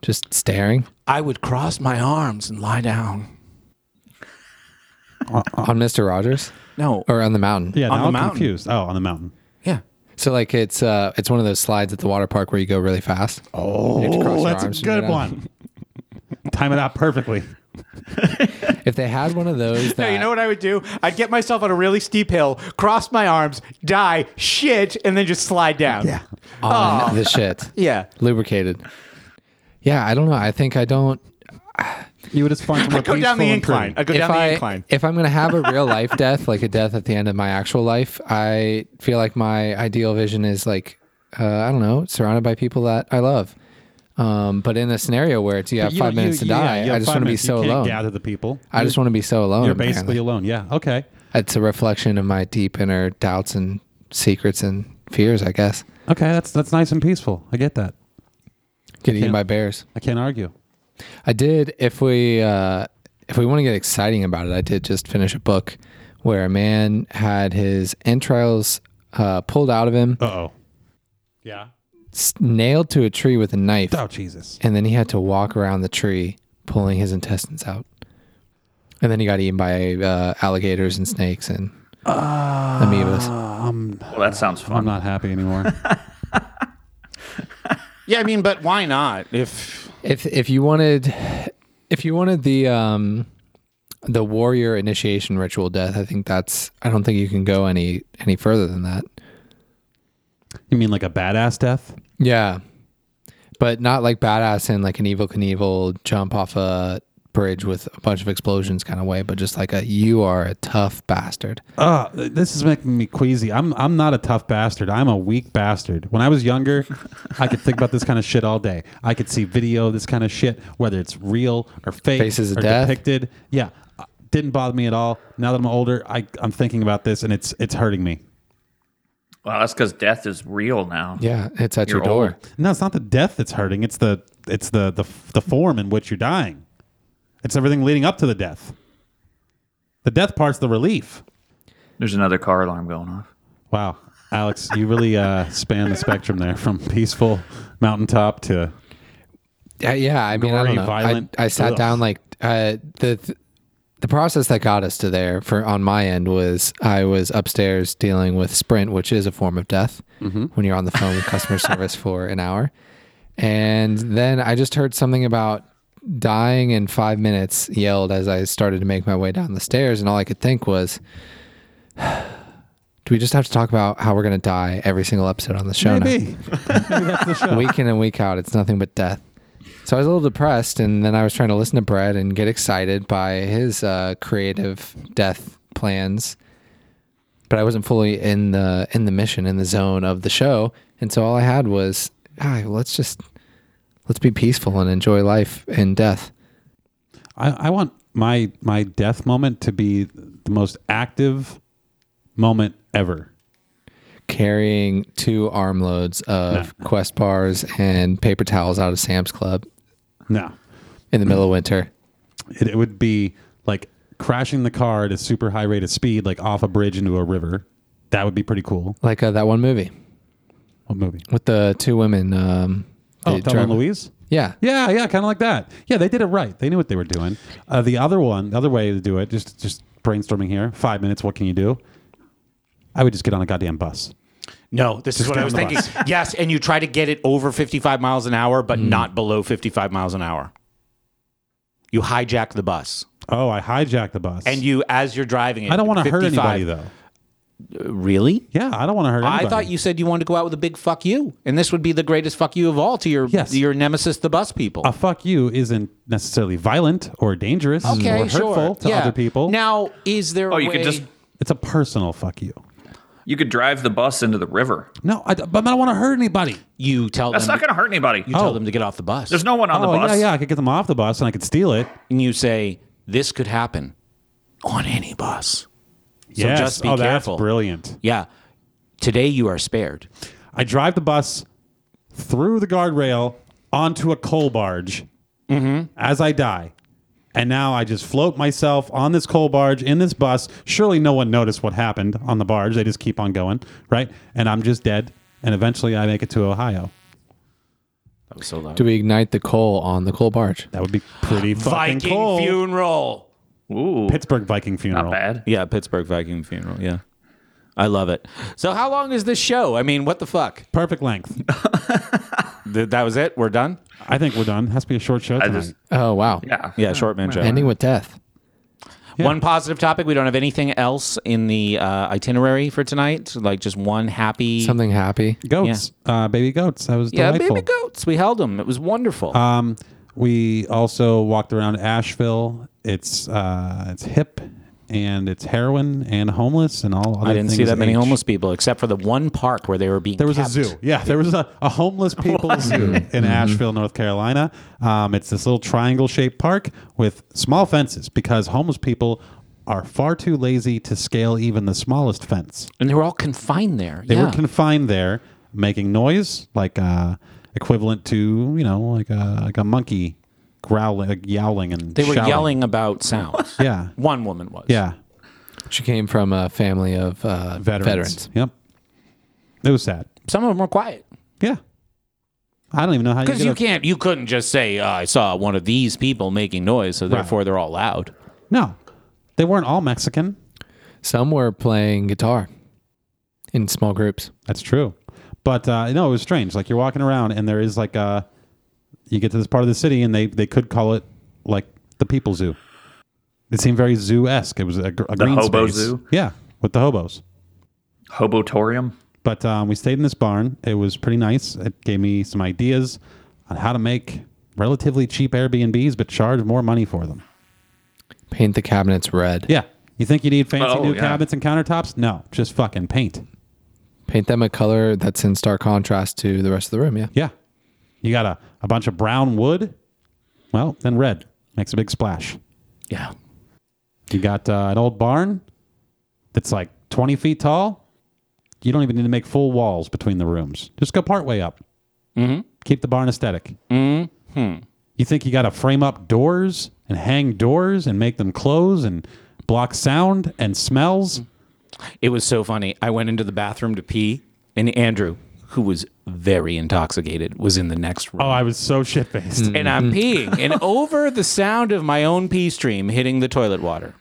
Speaker 10: just staring
Speaker 2: I would cross my arms and lie down. Oh.
Speaker 10: on Mister Rogers
Speaker 2: No.
Speaker 10: or on the mountain.
Speaker 1: Yeah,
Speaker 2: On
Speaker 1: now
Speaker 2: the
Speaker 1: I'm
Speaker 2: mountain.
Speaker 1: confused. Oh, on the mountain.
Speaker 2: Yeah.
Speaker 10: So like it's uh it's one of those slides at the water park where you go really fast.
Speaker 1: Oh,
Speaker 10: your
Speaker 1: that's a
Speaker 10: arms and
Speaker 1: good
Speaker 10: get up.
Speaker 1: one. Time it out perfectly.
Speaker 10: If they had one of those, that,
Speaker 2: No, you know what I would do? I'd get myself on a really steep hill, cross my arms, die, shit, and then just slide down. Yeah.
Speaker 10: on the shit.
Speaker 2: Oh. Yeah.
Speaker 10: lubricated. Yeah, I don't know. I think I don't.
Speaker 1: You would just find somewhere
Speaker 2: Go down
Speaker 1: peaceful
Speaker 2: the
Speaker 1: and
Speaker 2: incline.
Speaker 1: pretty.
Speaker 2: I go
Speaker 10: if
Speaker 2: down the
Speaker 10: I
Speaker 2: incline.
Speaker 10: if I'm gonna have a real life death, like a death at the end of my actual life, I feel like my ideal vision is like uh, I don't know, surrounded by people that I love. Um, but in a scenario where it's you have
Speaker 1: You-
Speaker 10: five
Speaker 1: you-
Speaker 10: minutes to
Speaker 1: yeah,
Speaker 10: die,
Speaker 1: you have
Speaker 10: I just
Speaker 1: five
Speaker 10: want to be
Speaker 1: minutes. You
Speaker 10: so
Speaker 1: can't
Speaker 10: alone.
Speaker 1: Gather the people.
Speaker 10: I just want to be so alone.
Speaker 1: You're basically
Speaker 10: apparently.
Speaker 1: alone. Yeah. Okay.
Speaker 10: it's a reflection of my deep inner doubts and secrets and fears. I guess
Speaker 1: Okay. That's that's nice and peaceful. I get that.
Speaker 10: get eaten
Speaker 1: Can't-
Speaker 10: by bears.
Speaker 1: I can't argue.
Speaker 10: I did. If we uh, if we want to get exciting about it, I did just finish a book where a man had his entrails uh, pulled out of him,
Speaker 1: Uh oh. Yeah.
Speaker 10: s- nailed to a tree with a knife,
Speaker 1: Oh Jesus.
Speaker 10: and then he had to walk around the tree pulling his intestines out. And then he got eaten by uh, alligators and snakes and amoebas.
Speaker 4: Well, that sounds fun.
Speaker 1: I'm not happy anymore.
Speaker 2: Yeah, I mean, but why not? If
Speaker 10: If if you wanted, if you wanted the um, the warrior initiation ritual death. I think that's. I don't think you can go any any further than that.
Speaker 1: You mean like a badass death?
Speaker 10: Yeah, but not like badass in like an evil Knievel jump off a bridge with a bunch of explosions kind of way, but just like a you are a tough bastard.
Speaker 1: Uh, this is making me queasy. I'm I'm not a tough bastard. I'm a weak bastard. When I was younger, I could think about this kind of shit all day. I could see video of this kind of shit, whether it's real or fake
Speaker 10: Faces of
Speaker 1: or
Speaker 10: Death?
Speaker 1: depicted. Yeah, uh, didn't bother me at all. Now that I'm older, I I'm thinking about this and it's it's hurting me.
Speaker 4: Well, that's because death is real now.
Speaker 10: Yeah, it's at your
Speaker 4: You're
Speaker 10: door.
Speaker 4: old.
Speaker 1: No, it's not the death that's hurting. It's the it's the the the form in which you're dying. It's everything leading up to the death. The death part's the relief.
Speaker 4: There's another car alarm going off.
Speaker 1: Wow, Alex, you really uh, span the spectrum there from peaceful mountaintop to
Speaker 10: Uh, yeah, I mean, I
Speaker 1: Gory,
Speaker 10: don't know. I-
Speaker 1: violent.
Speaker 10: I, sat
Speaker 1: Ugh.
Speaker 10: down like uh, the th- the process that got us to there for on my end was I was upstairs dealing with Sprint, which is a form of death when you're on the phone with customer service for an hour, and then I just heard something about dying in five minutes yelled as I started to make my way down the stairs, and all I could think was. Do we just have to talk about how we're going to die every single episode on the show now?
Speaker 1: maybe.
Speaker 10: week in and week out, it's nothing but death. So I was a little depressed, and then I was trying to listen to Brett and get excited by his uh, creative death plans, but I wasn't fully in the in the mission in the zone of the show, and so all I had was, ah, let's just let's be peaceful and enjoy life and death.
Speaker 1: I, I want my my death moment to be the most active moment ever.
Speaker 10: Carrying two armloads of quest bars and paper towels out of Sam's Club
Speaker 1: No,
Speaker 10: in the middle of winter.
Speaker 1: it, it would be like crashing the car at a super high rate of speed, like off a bridge into a river. That would be pretty cool.
Speaker 10: Like uh, that one movie
Speaker 1: What movie?
Speaker 10: with the two women. Um,
Speaker 1: Oh,
Speaker 10: they
Speaker 1: Thelma
Speaker 10: drive-
Speaker 1: and Louise.
Speaker 10: Yeah.
Speaker 1: Yeah, yeah, kind of like that. Yeah, they did it right. They knew what they were doing. Uh, the other one, the other way to do it, just just brainstorming here. Five minutes. What can you do? I would just get on a goddamn bus.
Speaker 2: No, this is
Speaker 1: Just
Speaker 2: what
Speaker 1: get
Speaker 2: I
Speaker 1: on
Speaker 2: was
Speaker 1: the
Speaker 2: thinking. yes, and you try to get it over 55 miles an hour, but not below 55 miles an hour. You hijack the bus,
Speaker 1: Oh, I hijacked the bus.
Speaker 2: and you, as you're driving it,
Speaker 1: I don't want to hurt
Speaker 2: 55
Speaker 1: anybody though.
Speaker 2: Really?
Speaker 1: Yeah, I don't want to hurt anybody.
Speaker 2: I thought you said you wanted to go out with a big fuck you, and this would be the greatest fuck you of all to your
Speaker 1: Yes.
Speaker 2: your nemesis, the bus people.
Speaker 1: a fuck you isn't necessarily violent or dangerous or
Speaker 2: okay,
Speaker 1: hurtful
Speaker 2: sure.
Speaker 1: to
Speaker 2: yeah.
Speaker 1: other people.
Speaker 2: Now, is there?
Speaker 4: Oh,
Speaker 2: a
Speaker 4: you could
Speaker 2: way-
Speaker 4: just
Speaker 1: it's a personal fuck you.
Speaker 4: you could drive the bus into the river.
Speaker 1: No, I, d- but I don't want to hurt anybody.
Speaker 2: you tell
Speaker 4: That's
Speaker 2: them
Speaker 4: not going to hurt anybody.
Speaker 2: you tell them to get off the bus.
Speaker 4: There's no one on
Speaker 1: oh
Speaker 4: the bus.
Speaker 1: yeah, yeah, I could get them off the bus and I could steal it.
Speaker 2: and you say this could happen on any bus. So
Speaker 1: yes.
Speaker 2: just be
Speaker 1: oh,
Speaker 2: careful.
Speaker 1: that's brilliant.
Speaker 2: Yeah. Today you are spared.
Speaker 1: I drive the bus through the guardrail onto a coal barge
Speaker 4: Mm-hmm.
Speaker 1: as I die. And now I just float myself on this coal barge in this bus. Surely no one noticed what happened on the barge. They just keep on going, right? And I'm just dead. And eventually I make it to Ohio.
Speaker 2: That was so loud.
Speaker 10: Do we ignite the coal on the coal barge?
Speaker 1: That would be pretty fucking
Speaker 2: Viking
Speaker 1: cool.
Speaker 2: funeral.
Speaker 4: Ooh,
Speaker 1: Pittsburgh Viking funeral.
Speaker 4: not bad.
Speaker 2: Yeah, Pittsburgh Viking funeral. Yeah. I love it. So how long is this show? I mean, what the fuck?
Speaker 1: Perfect length.
Speaker 2: Th- that was it. We're done.
Speaker 1: I think we're done. Has to be a short show
Speaker 4: I
Speaker 1: tonight.
Speaker 4: just
Speaker 10: Oh wow!
Speaker 4: yeah
Speaker 2: Yeah, short man show.
Speaker 10: Ending with death.
Speaker 2: One positive topic. We don't have anything else in the uh, itinerary for tonight. Like just one happy.
Speaker 10: Something happy.
Speaker 1: goats, uh, baby goats. That was
Speaker 2: yeah,
Speaker 1: delightful.
Speaker 2: baby goats. We held them. It was wonderful.
Speaker 1: Um, we also walked around Asheville. It's uh, it's hip, and it's heroin and homeless and all. Other
Speaker 2: I didn't see
Speaker 1: things
Speaker 2: that many
Speaker 1: H.
Speaker 2: homeless people, except for the one park where they were being.
Speaker 1: There was
Speaker 2: kept.
Speaker 1: a zoo. Yeah, there was a, a homeless people zoo in Asheville, North Carolina. Um, it's this little triangle shaped park with small fences because homeless people are far too lazy to scale even the smallest fence.
Speaker 2: and they were all confined there.
Speaker 1: They
Speaker 2: yeah.
Speaker 1: were confined there, making noise like uh, equivalent to you know like a like a monkey growling, like yowling, and
Speaker 2: they were
Speaker 1: shouting.
Speaker 2: yelling about sounds.
Speaker 1: Yeah,
Speaker 2: One woman was.
Speaker 1: yeah,
Speaker 10: She came from a family of uh,
Speaker 1: veterans.
Speaker 10: veterans.
Speaker 1: Yep, it was sad.
Speaker 2: Some of them were quiet
Speaker 1: Yeah, I don't even know how
Speaker 2: because
Speaker 1: get
Speaker 2: you
Speaker 1: a-
Speaker 2: can't. You couldn't just say uh, I saw one of these people making noise, so therefore they're all loud.
Speaker 1: No, they weren't all Mexican.
Speaker 10: Some were playing guitar in small groups.
Speaker 1: That's true. But uh, no, it was strange. Like you're walking around and there is like uh, a, you get to this part of the city and they they could call it like the people zoo. It seemed very zoo esque. It was a, gr- a green
Speaker 4: hobo
Speaker 1: space.
Speaker 4: zoo?
Speaker 1: Yeah, with the hobos.
Speaker 4: Hobotorium.
Speaker 1: But um, we stayed in this barn. It was pretty nice. It gave me some ideas on how to make relatively cheap Airbnbs, but charge more money for them.
Speaker 10: Paint the cabinets red.
Speaker 1: Yeah. You think you need fancy
Speaker 4: Oh,
Speaker 1: new
Speaker 4: yeah.
Speaker 1: cabinets and countertops? No, just fucking paint.
Speaker 10: Paint them a color that's in stark contrast to the rest of the room. Yeah.
Speaker 1: Yeah. You got a, a bunch of brown wood. Well, then red makes a big splash.
Speaker 2: Yeah.
Speaker 1: You got uh, an old barn that's like 20 feet tall. You don't even need to make full walls between the rooms. Just go partway up. Mm-hmm. Keep the barn aesthetic. Mm-hmm. You think you got to frame up doors and hang doors and make them close and block sound and smells?
Speaker 2: It was so funny. I went into the bathroom to pee, and Andrew, who was very intoxicated, was in the next room.
Speaker 1: Oh, mm-hmm. I was so shit faced.
Speaker 2: and I'm peeing, and over the sound of my own pee stream hitting the toilet water,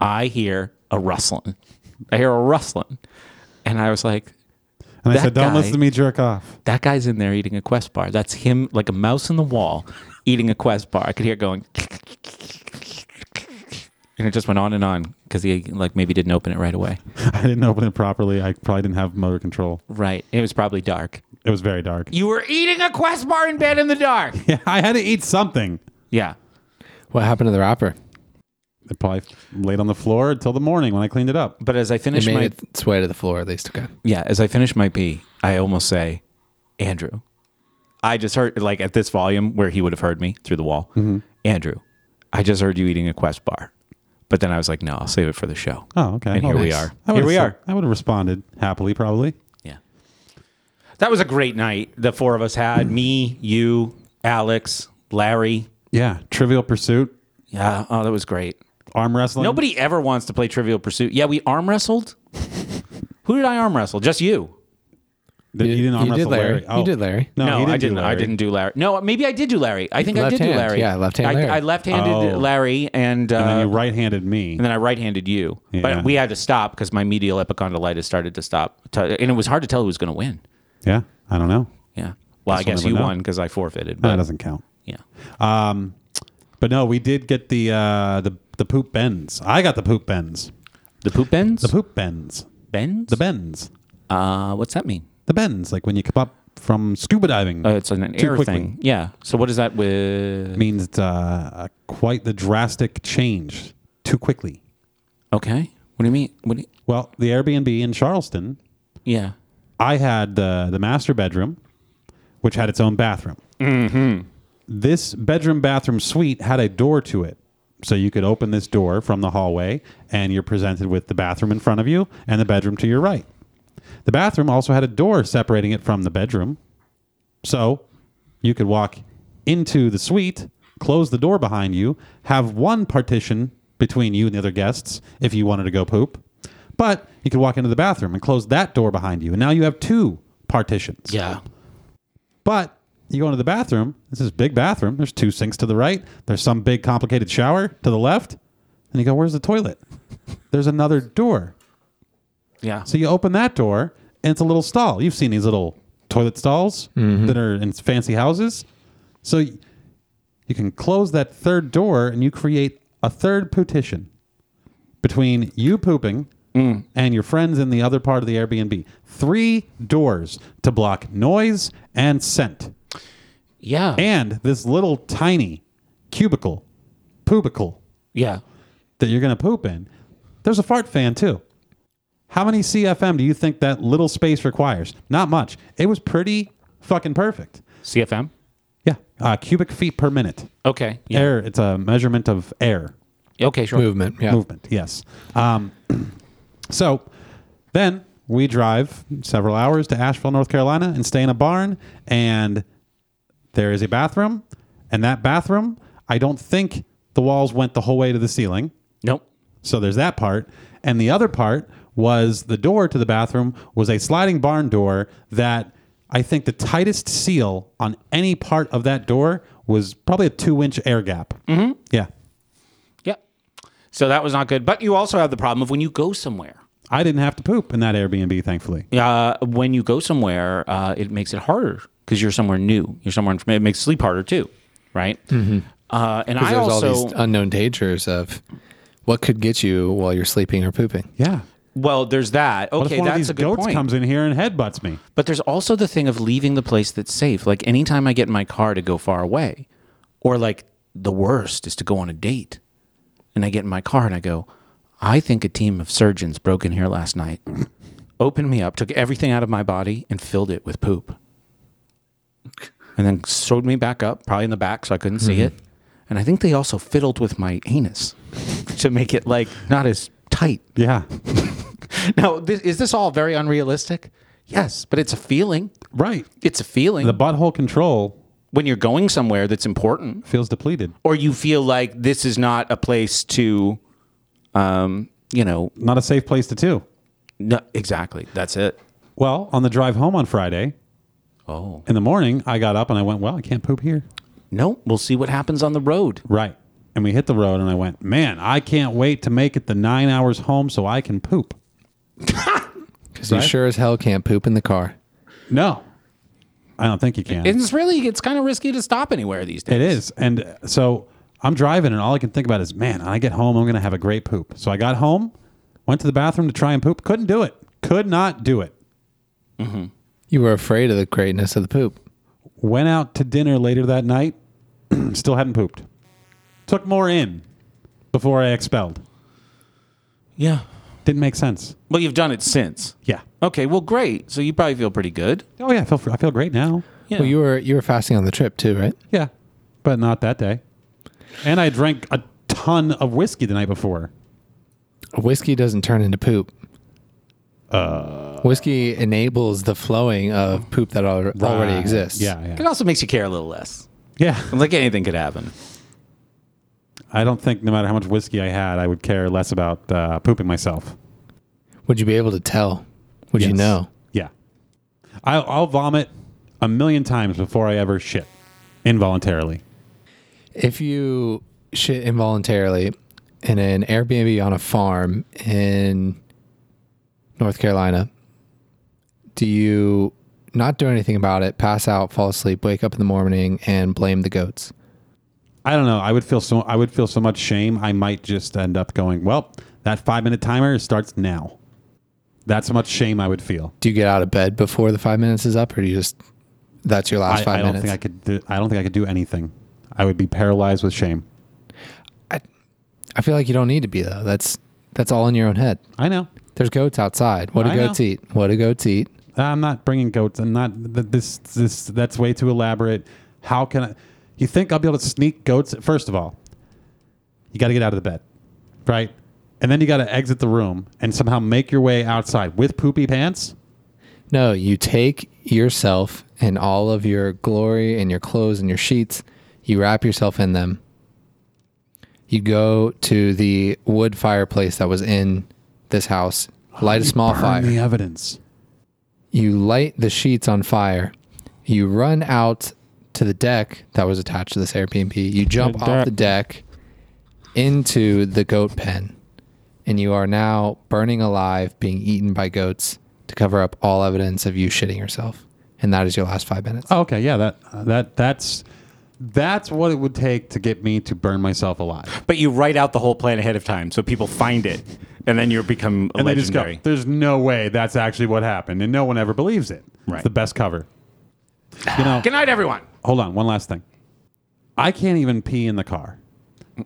Speaker 2: I hear a rustling. I hear a rustling, and I was like,
Speaker 1: And I
Speaker 2: That
Speaker 1: said, don't
Speaker 2: guy-
Speaker 1: listen to me jerk off.
Speaker 2: "That guy's in there eating a Quest bar. That's him, like a mouse in the wall, eating a Quest bar." I could hear it going, and it just went on and on because he like maybe didn't open it right away.
Speaker 1: I didn't open it properly. I probably didn't have motor control.
Speaker 2: Right, it was probably dark.
Speaker 1: It was very dark.
Speaker 2: You were eating a Quest bar in bed in the dark.
Speaker 1: Yeah, I had to eat something.
Speaker 2: yeah.
Speaker 10: What happened to the wrapper?
Speaker 1: I probably laid on the floor until the morning when I cleaned it up.
Speaker 2: But as I
Speaker 10: It
Speaker 2: finished
Speaker 10: made
Speaker 2: my
Speaker 10: its way to the floor at least. Okay.
Speaker 2: yeah, as I finish my pee, I almost say, Andrew. I just heard like at this volume where he would have heard me through the wall. Andrew, I just heard you eating a Quest bar. But then I was like, no, I'll save it for the show.
Speaker 1: Oh, okay.
Speaker 2: And
Speaker 1: Well,
Speaker 2: here we
Speaker 1: nice.
Speaker 2: are.
Speaker 1: I
Speaker 2: Here
Speaker 1: would've
Speaker 2: we
Speaker 1: said-
Speaker 2: are.
Speaker 1: I would have responded happily, probably.
Speaker 2: Yeah. That was a great night the four of us had. me, you, Alex, Larry.
Speaker 1: Yeah. Trivial Pursuit,
Speaker 2: Yeah. Oh, that was great.
Speaker 1: arm wrestling.
Speaker 2: Nobody ever wants to play Trivial Pursuit. Yeah, we arm wrestled. Who did I arm wrestle? Just you.
Speaker 1: Th- you, didn't arm
Speaker 10: you did
Speaker 1: wrestle
Speaker 10: Larry.
Speaker 1: Larry.
Speaker 10: You
Speaker 1: Oh.
Speaker 10: did Larry.
Speaker 1: No,
Speaker 2: No,
Speaker 1: he didn't
Speaker 2: I didn't.
Speaker 1: Do
Speaker 2: I
Speaker 1: Larry.
Speaker 2: didn't do Larry. No, maybe I did do Larry. I think I did do
Speaker 10: Left-hand.
Speaker 2: Larry.
Speaker 10: Yeah, left-hand Larry.
Speaker 2: I, I left-handed
Speaker 1: Oh.
Speaker 2: Larry, and, uh,
Speaker 1: And then you right-handed me.
Speaker 2: I right-handed you.
Speaker 1: Yeah.
Speaker 2: But we had to stop because my medial epicondylitis started to stop, to, and it was hard to tell who was going to win.
Speaker 1: yeah. I don't know.
Speaker 2: Yeah. Well, I
Speaker 1: we'll
Speaker 2: guess
Speaker 1: never
Speaker 2: you
Speaker 1: know.
Speaker 2: won because I forfeited.
Speaker 1: That
Speaker 2: But
Speaker 1: doesn't count.
Speaker 2: yeah,
Speaker 1: Um, but no, we did get the uh, the the poop bends. I got the poop bends.
Speaker 2: the poop bends.
Speaker 1: The poop bends.
Speaker 2: bends.
Speaker 1: The bends.
Speaker 2: uh, what's that mean?
Speaker 1: The bends. Like when you come up from scuba diving.
Speaker 2: Uh, it's an, an
Speaker 1: Too
Speaker 2: air
Speaker 1: quickly.
Speaker 2: thing. Yeah. So what is that with?
Speaker 1: means it's uh, quite the drastic change too quickly.
Speaker 2: Okay. What do you mean? What? Do you,
Speaker 1: Well, the Airbnb in Charleston,
Speaker 2: yeah.
Speaker 1: I had the the master bedroom, which had its own bathroom. This bedroom bathroom suite had a door to it, so you could open this door from the hallway, and you're presented with the bathroom in front of you and the bedroom to your right. The bathroom also had a door separating it from the bedroom, so you could walk into the suite, close the door behind you, have one partition between you and the other guests if you wanted to go poop. But you could walk into the bathroom and close that door behind you. And now you have two partitions.
Speaker 2: Yeah.
Speaker 1: But you go into the bathroom. This is a big bathroom. There's two sinks to the right. There's some big complicated shower to the left. And you go, where's the toilet? There's another door.
Speaker 2: Yeah.
Speaker 1: So you open that door, and it's a little stall. You've seen these little toilet stalls that are in fancy houses. So y- you can close that third door, and you create a third partition between you pooping and your friends in the other part of the Airbnb. Three doors to block noise and scent.
Speaker 2: Yeah.
Speaker 1: And this little tiny cubicle, poobicle,
Speaker 2: yeah.
Speaker 1: that you're going to poop in, there's a fart fan too. How many CFM do you think that little space requires? Not much. It was pretty fucking perfect.
Speaker 2: CFM.
Speaker 1: Yeah, uh, cubic feet per minute.
Speaker 2: Okay. Yeah.
Speaker 1: Air. It's a measurement of air
Speaker 2: Okay. Sure.
Speaker 10: Movement. Yeah.
Speaker 1: movement. Yes. Um, so then we drive several hours to Asheville, North Carolina, and stay in a barn. And there is a bathroom, and that bathroom, I don't think the walls went the whole way to the ceiling.
Speaker 2: Nope.
Speaker 1: So there's that part. And the other part was the door to the bathroom was a sliding barn door that I think the tightest seal on any part of that door was probably a two inch air gap. Mm-hmm. Yeah.
Speaker 2: Yep. So that was not good. But you also have the problem of when you go somewhere.
Speaker 1: I didn't have to poop in that Airbnb, thankpoolly.
Speaker 2: Uh, when you go somewhere, uh, it makes it harder because you're somewhere new. You're somewhere. It makes sleep harder too, right?
Speaker 3: Uh, and
Speaker 10: 'Cause
Speaker 3: I
Speaker 10: there's
Speaker 3: also
Speaker 10: all these unknown dangers of what could get you while you're sleeping or pooping.
Speaker 1: Yeah.
Speaker 3: well, there's that.
Speaker 1: What
Speaker 3: Okay,
Speaker 1: if one
Speaker 3: that's
Speaker 1: of these
Speaker 3: a good
Speaker 1: goats
Speaker 3: point.
Speaker 1: comes in here and headbutts me?
Speaker 2: But there's also the thing of leaving the place that's safe. Like anytime I get in my car to go far away, or like the worst is to go on a date. And I get in my car and I go, I think a team of surgeons broke in here last night, opened me up, took everything out of my body, and filled it with poop. And then sewed me back up, probably in the back so I couldn't see it. And I think they also fiddled with my anus to make it like not as tight.
Speaker 1: Yeah.
Speaker 2: Now, this, is this all very unrealistic? Yes, but it's a feeling.
Speaker 1: Right.
Speaker 2: It's a feeling
Speaker 1: The butthole control
Speaker 2: when you're going somewhere that's important,
Speaker 1: feels depleted.
Speaker 2: or you feel like this is not a place to, um, you know,
Speaker 1: Not a safe place to do.
Speaker 2: no, exactly. That's it.
Speaker 1: Well, on the drive home on Friday,
Speaker 2: Oh
Speaker 1: in the morning, I got up and I went, well, I can't poop here.
Speaker 2: no, we'll see what happens on the road.
Speaker 1: Right. And we hit the road and I went, man, I can't wait to make it the nine hours home so I can poop.
Speaker 10: Because you sure as hell can't poop in the car.
Speaker 1: No. I don't think you can.
Speaker 2: And it's really, it's kind of risky to stop anywhere these days.
Speaker 1: It is. And uh, so I'm driving, and all I can think about is, man, when I get home, I'm going to have a great poop. So I got home, went to the bathroom to try and poop, couldn't do it. Could not do it.
Speaker 10: You were afraid of the greatness of the poop.
Speaker 1: Went out to dinner later that night, still hadn't pooped. Took more in before I expelled.
Speaker 2: Yeah.
Speaker 1: Didn't make sense.
Speaker 2: Well, you've done it since.
Speaker 1: Yeah.
Speaker 2: Okay. Well, great. So you probably feel pretty good.
Speaker 1: Oh yeah, I feel I feel great now.
Speaker 2: Yeah.
Speaker 10: Well, you were you were fasting on the trip too, right?
Speaker 1: Yeah, but not that day. And I drank a ton of whiskey the night before.
Speaker 10: Whiskey doesn't turn into poop. Uh, Whiskey enables the flowing of poop that al- already
Speaker 1: Right.
Speaker 10: exists.
Speaker 1: Yeah,
Speaker 2: it
Speaker 1: yeah,
Speaker 2: also makes you care a little less.
Speaker 1: yeah.
Speaker 2: Like anything could happen.
Speaker 1: I don't think no matter how much whiskey I had, I would care less about uh, pooping myself.
Speaker 10: Would you be able to tell? Would you
Speaker 1: Yes.
Speaker 10: know?
Speaker 1: Yeah. I'll, I'll vomit a million times before I ever shit involuntarily.
Speaker 10: If you shit involuntarily in an Airbnb on a farm in North Carolina, do you not do anything about it, pass out, fall asleep, wake up in the morning, and blame the goats?
Speaker 1: I don't know. I would feel so. I would feel so much shame. I might just end up going. Well, that five minute timer starts now. That's how much shame I would feel.
Speaker 10: Do you get out of bed before the five minutes is up, or do you just that's your last
Speaker 1: I,
Speaker 10: five
Speaker 1: I don't
Speaker 10: minutes?
Speaker 1: think I could. Do, I don't think I could do anything. I would be paralyzed with shame.
Speaker 10: I feel like you don't need to be though. That's that's all in your own head.
Speaker 1: I know.
Speaker 10: There's goats outside. What do
Speaker 1: I know.
Speaker 10: goats eat? What do goats eat?
Speaker 1: Ah, I'm not bringing goats. I'm not. th- This this that's way too elaborate. How can I? You think I'll be able to sneak goats? First of all, you got to get out of the bed, right? And then you got to exit the room and somehow make your way outside with poopy pants.
Speaker 10: No, you take yourself and all of your glory and your clothes and your sheets, you wrap yourself in them. You go to the wood fireplace that was in this house, light a
Speaker 1: Oh,
Speaker 10: small
Speaker 1: Burn
Speaker 10: fire.
Speaker 1: the evidence.
Speaker 10: You light the sheets on fire. You run out to the deck that was attached to this Airbnb. You jump
Speaker 1: Good
Speaker 10: off
Speaker 1: deck.
Speaker 10: the deck into the goat pen. And you are now burning alive, being eaten by goats to cover up all evidence of you shitting yourself. And that is your last five minutes.
Speaker 1: Oh, okay, yeah, that that that's that's what it would take to get me to burn myself alive.
Speaker 3: But you write out the whole plan ahead of time so people find it, and then you become a
Speaker 1: And they just
Speaker 3: legendary.
Speaker 1: go, "There's no way that's actually what happened," and no one ever believes it.
Speaker 3: Right.
Speaker 1: It's the best cover. You know.
Speaker 3: Good night, everyone.
Speaker 1: hold on, one last thing. I can't even pee in the car.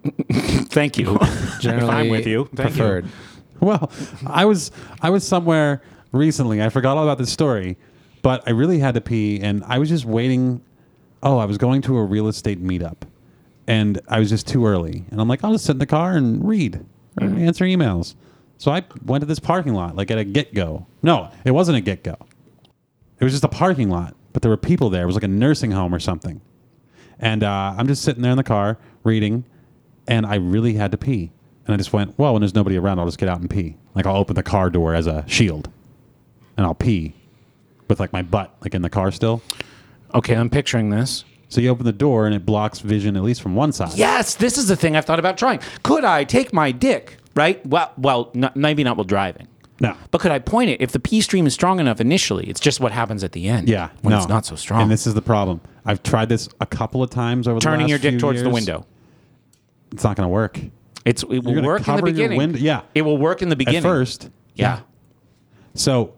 Speaker 3: Thank you.
Speaker 10: Generally
Speaker 3: I'm with you. Thank you.
Speaker 10: preferred.
Speaker 1: Well, I was I was somewhere recently. I forgot all about this story, but I really had to pee, and I was just waiting. Oh, I was going to a real estate meetup, and I was just too early. And I'm like, I'll just sit in the car and read, or answer emails. So I went to this parking lot, like at a get go. No, it wasn't a get go. It was just a parking lot, but there were people there. It was like a nursing home or something. And uh, I'm just sitting there in the car reading, and I really had to pee. And I just went, well, when there's nobody around, I'll just get out and pee. Like I'll open the car door as a shield, and I'll pee with like my butt like in the car still.
Speaker 2: Okay, I'm picturing this.
Speaker 1: So you open the door and it blocks vision at least from one side.
Speaker 2: Yes, this is the thing I've thought about trying. Could I take my dick, right? Well, well, n- maybe not while driving.
Speaker 1: No.
Speaker 2: But could I point it if the pee stream is strong enough initially? It's just what happens at the end.
Speaker 1: Yeah.
Speaker 2: when
Speaker 1: no.
Speaker 2: it's not so strong.
Speaker 1: And this is the problem. I've tried this a couple of times over the
Speaker 2: turning
Speaker 1: last
Speaker 2: your dick
Speaker 1: few
Speaker 2: towards the
Speaker 1: years.
Speaker 2: window.
Speaker 1: it's not going to work.
Speaker 3: It's it will
Speaker 1: You're going to
Speaker 3: work in
Speaker 1: cover
Speaker 3: the beginning.
Speaker 1: your window. Yeah,
Speaker 3: It will work in the beginning
Speaker 1: at first.
Speaker 3: Yeah.
Speaker 1: So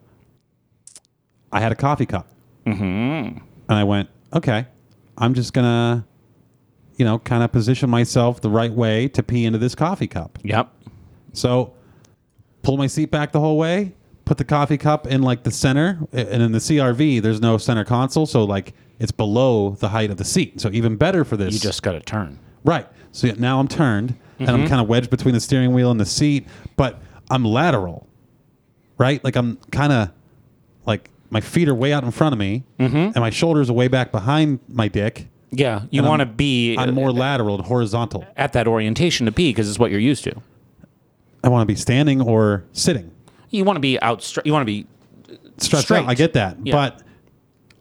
Speaker 1: I had a coffee cup. Mm-hmm. And I went, okay, I'm just going to, you know, kind of position myself the right way to pee into this coffee cup.
Speaker 3: Yep.
Speaker 1: So pull my seat back the whole way, put the coffee cup in like the center. a- And in the CRV, there's no center console. So like it's below the height of the seat. So even better for this.
Speaker 2: You just got to turn.
Speaker 1: Right. So yeah, now I'm turned and
Speaker 2: Mm-hmm.
Speaker 1: I'm kind of wedged between the steering wheel and the seat, but I'm lateral, right? Like I'm kind of like my feet are way out in front of me
Speaker 2: Mm-hmm.
Speaker 1: and my shoulders are way back behind my dick.
Speaker 2: Yeah, you
Speaker 1: I'm-
Speaker 2: want to be
Speaker 1: I'm more lateral and horizontal.
Speaker 2: at that orientation to pee because it's what you're used to.
Speaker 1: I want to be standing or sitting.
Speaker 2: You want to be out. stra- You want to be
Speaker 1: Stretched
Speaker 2: Straight.
Speaker 1: out. I get that.
Speaker 2: Yeah.
Speaker 1: But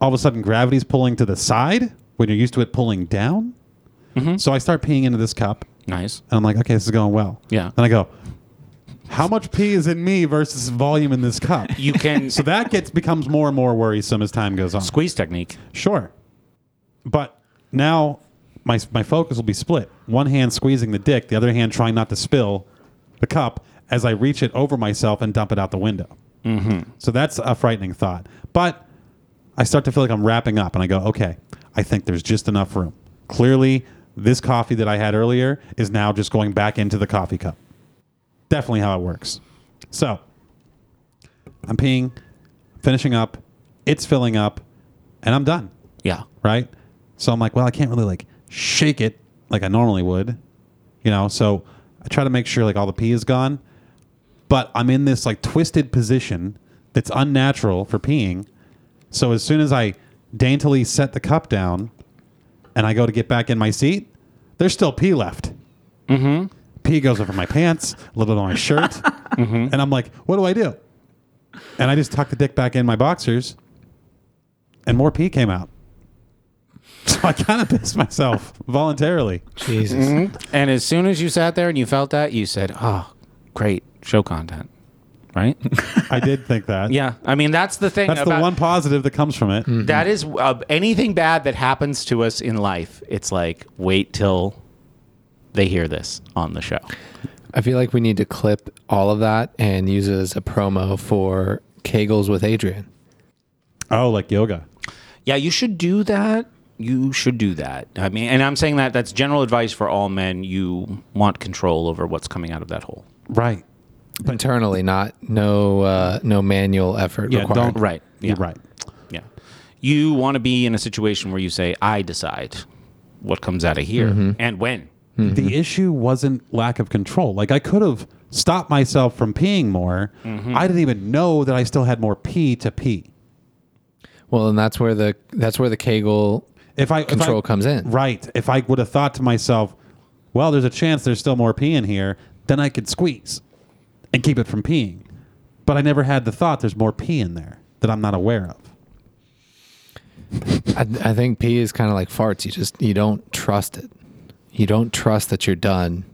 Speaker 1: all of a sudden, gravity's pulling to the side when you're used to it pulling down.
Speaker 2: Mm-hmm.
Speaker 1: So I start peeing into this cup
Speaker 2: nice.
Speaker 1: And I'm like, okay, this is going well.
Speaker 2: Yeah.
Speaker 1: And I go, how much pee is in me versus volume in this cup?
Speaker 2: You can
Speaker 1: so that gets becomes more and more worrisome as time goes on.
Speaker 2: squeeze technique.
Speaker 1: Sure. But now my my focus will be split. One hand squeezing the dick, the other hand trying not to spill the cup as I reach it over myself and dump it out the window. Mm-hmm. So that's a frightening thought. But I start to feel like I'm wrapping up, and I go, okay, I think there's just enough room. Clearly, this coffee that I had earlier is now just going back into the coffee cup. Definitely how it works. So I'm peeing, finishing up, it's filling up, and I'm done
Speaker 2: Yeah,
Speaker 1: right? So I'm like, well, I can't really like shake it like I normally would, you know. So I try to make sure like all the pee is gone, but I'm in this like twisted position that's unnatural for peeing. So as soon as I daintily set the cup down and I go to get back in my seat, there's still pee left. Mm-hmm. Pee goes over my pants, a little bit on my shirt, and I'm like, what do I do? And I just tuck the dick back in my boxers, and more pee came out. So I kind of pissed myself voluntarily.
Speaker 10: Jesus.
Speaker 2: and as soon as you sat there and you felt that, you said, "Oh, great show content." Right?
Speaker 1: I did think that.
Speaker 2: yeah. I mean, that's the thing.
Speaker 1: That's
Speaker 2: about,
Speaker 1: the one positive that comes from it.
Speaker 2: That is uh, anything bad that happens to us in life. It's like wait till they hear this on the show.
Speaker 10: I feel like we need to clip all of that and use it as a promo for Kegels with Adrian.
Speaker 1: Oh, like yoga.
Speaker 2: Yeah, you should do that. You should do that. I mean, and I'm saying that that's general advice for all men. You want control over what's coming out of that hole.
Speaker 1: Right.
Speaker 10: Internally, not no uh, no manual effort
Speaker 1: Yeah,
Speaker 10: required.
Speaker 1: don't-
Speaker 2: Right. Yeah.
Speaker 1: You're right.
Speaker 2: Yeah. You want to be in a situation where you say, I decide what comes out of here
Speaker 3: Mm-hmm.
Speaker 2: and when.
Speaker 1: The issue wasn't lack of control. Like I could have stopped myself from peeing more.
Speaker 2: Mm-hmm.
Speaker 1: I didn't even know that I still had more pee to pee.
Speaker 10: Well, and that's where the that's where the Kegel
Speaker 1: If I if
Speaker 10: Control
Speaker 1: I-
Speaker 10: comes in.
Speaker 1: Right. If I would have thought to myself, well, there's a chance there's still more pee in here, then I could squeeze and keep it from peeing. But I never had the thought there's more pee in there that I'm not aware of.
Speaker 10: I, I think pee is kind of like farts. You just you don't trust it. You don't trust that you're done.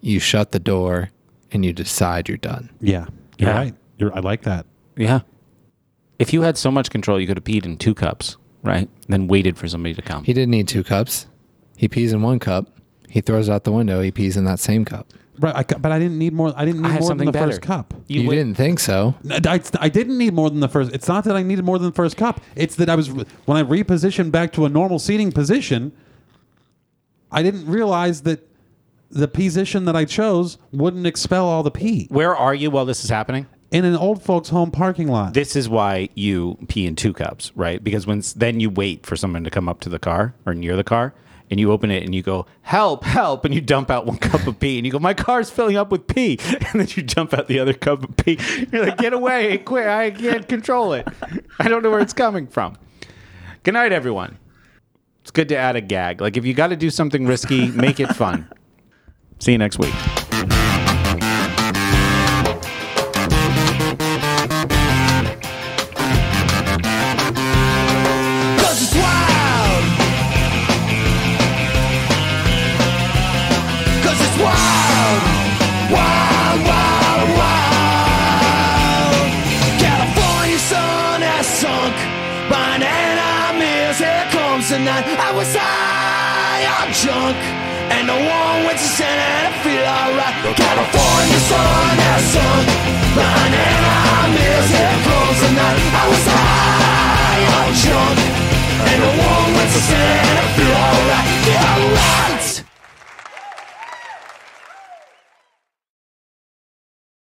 Speaker 10: You shut the door and you decide you're done.
Speaker 1: Yeah. You're
Speaker 2: Yeah.
Speaker 1: right. You're, I like that.
Speaker 2: Yeah. If you had so much control, you could have peed in two cups, right? Then waited for somebody to come.
Speaker 10: He didn't need two cups. He pees in one cup. He throws it out the window. He pees in that same cup.
Speaker 1: Right, I, cu- but I didn't need more. I didn't need
Speaker 2: had
Speaker 1: more than
Speaker 2: something
Speaker 1: the
Speaker 2: better.
Speaker 1: first cup.
Speaker 10: You,
Speaker 2: wait-
Speaker 10: didn't think so.
Speaker 1: No, I, I didn't need more than the first. It's not that I needed more than the first cup. It's that I was when I repositioned back to a normal seating position. I didn't realize that the position that I chose wouldn't expel all the pee
Speaker 2: Where are you while this is happening?
Speaker 1: in an old folks' home parking lot.
Speaker 2: This is why you pee in two cups, right? Because when then you wait for someone to come up to the car or near the car, and you open it and you go help, help, and you dump out one cup of pee, and you go my car's filling up with pee, and then you dump out the other cup of pee. You're like get away, quit! I can't control it. I don't know where it's coming from. Good night, everyone. It's good to add a gag. Like if you got to do something risky, make it fun. See you next week.
Speaker 11: Cause it's wild. Cause it's wild. Wild, wild, wild. California sun has sunk. Behind enemies, here comes the night. I was high on junk.
Speaker 3: And the warm winter sun and I feel alright The California sun has sunk Banana mills, here comes the night I was high on junk And the warm winter sun and I feel alright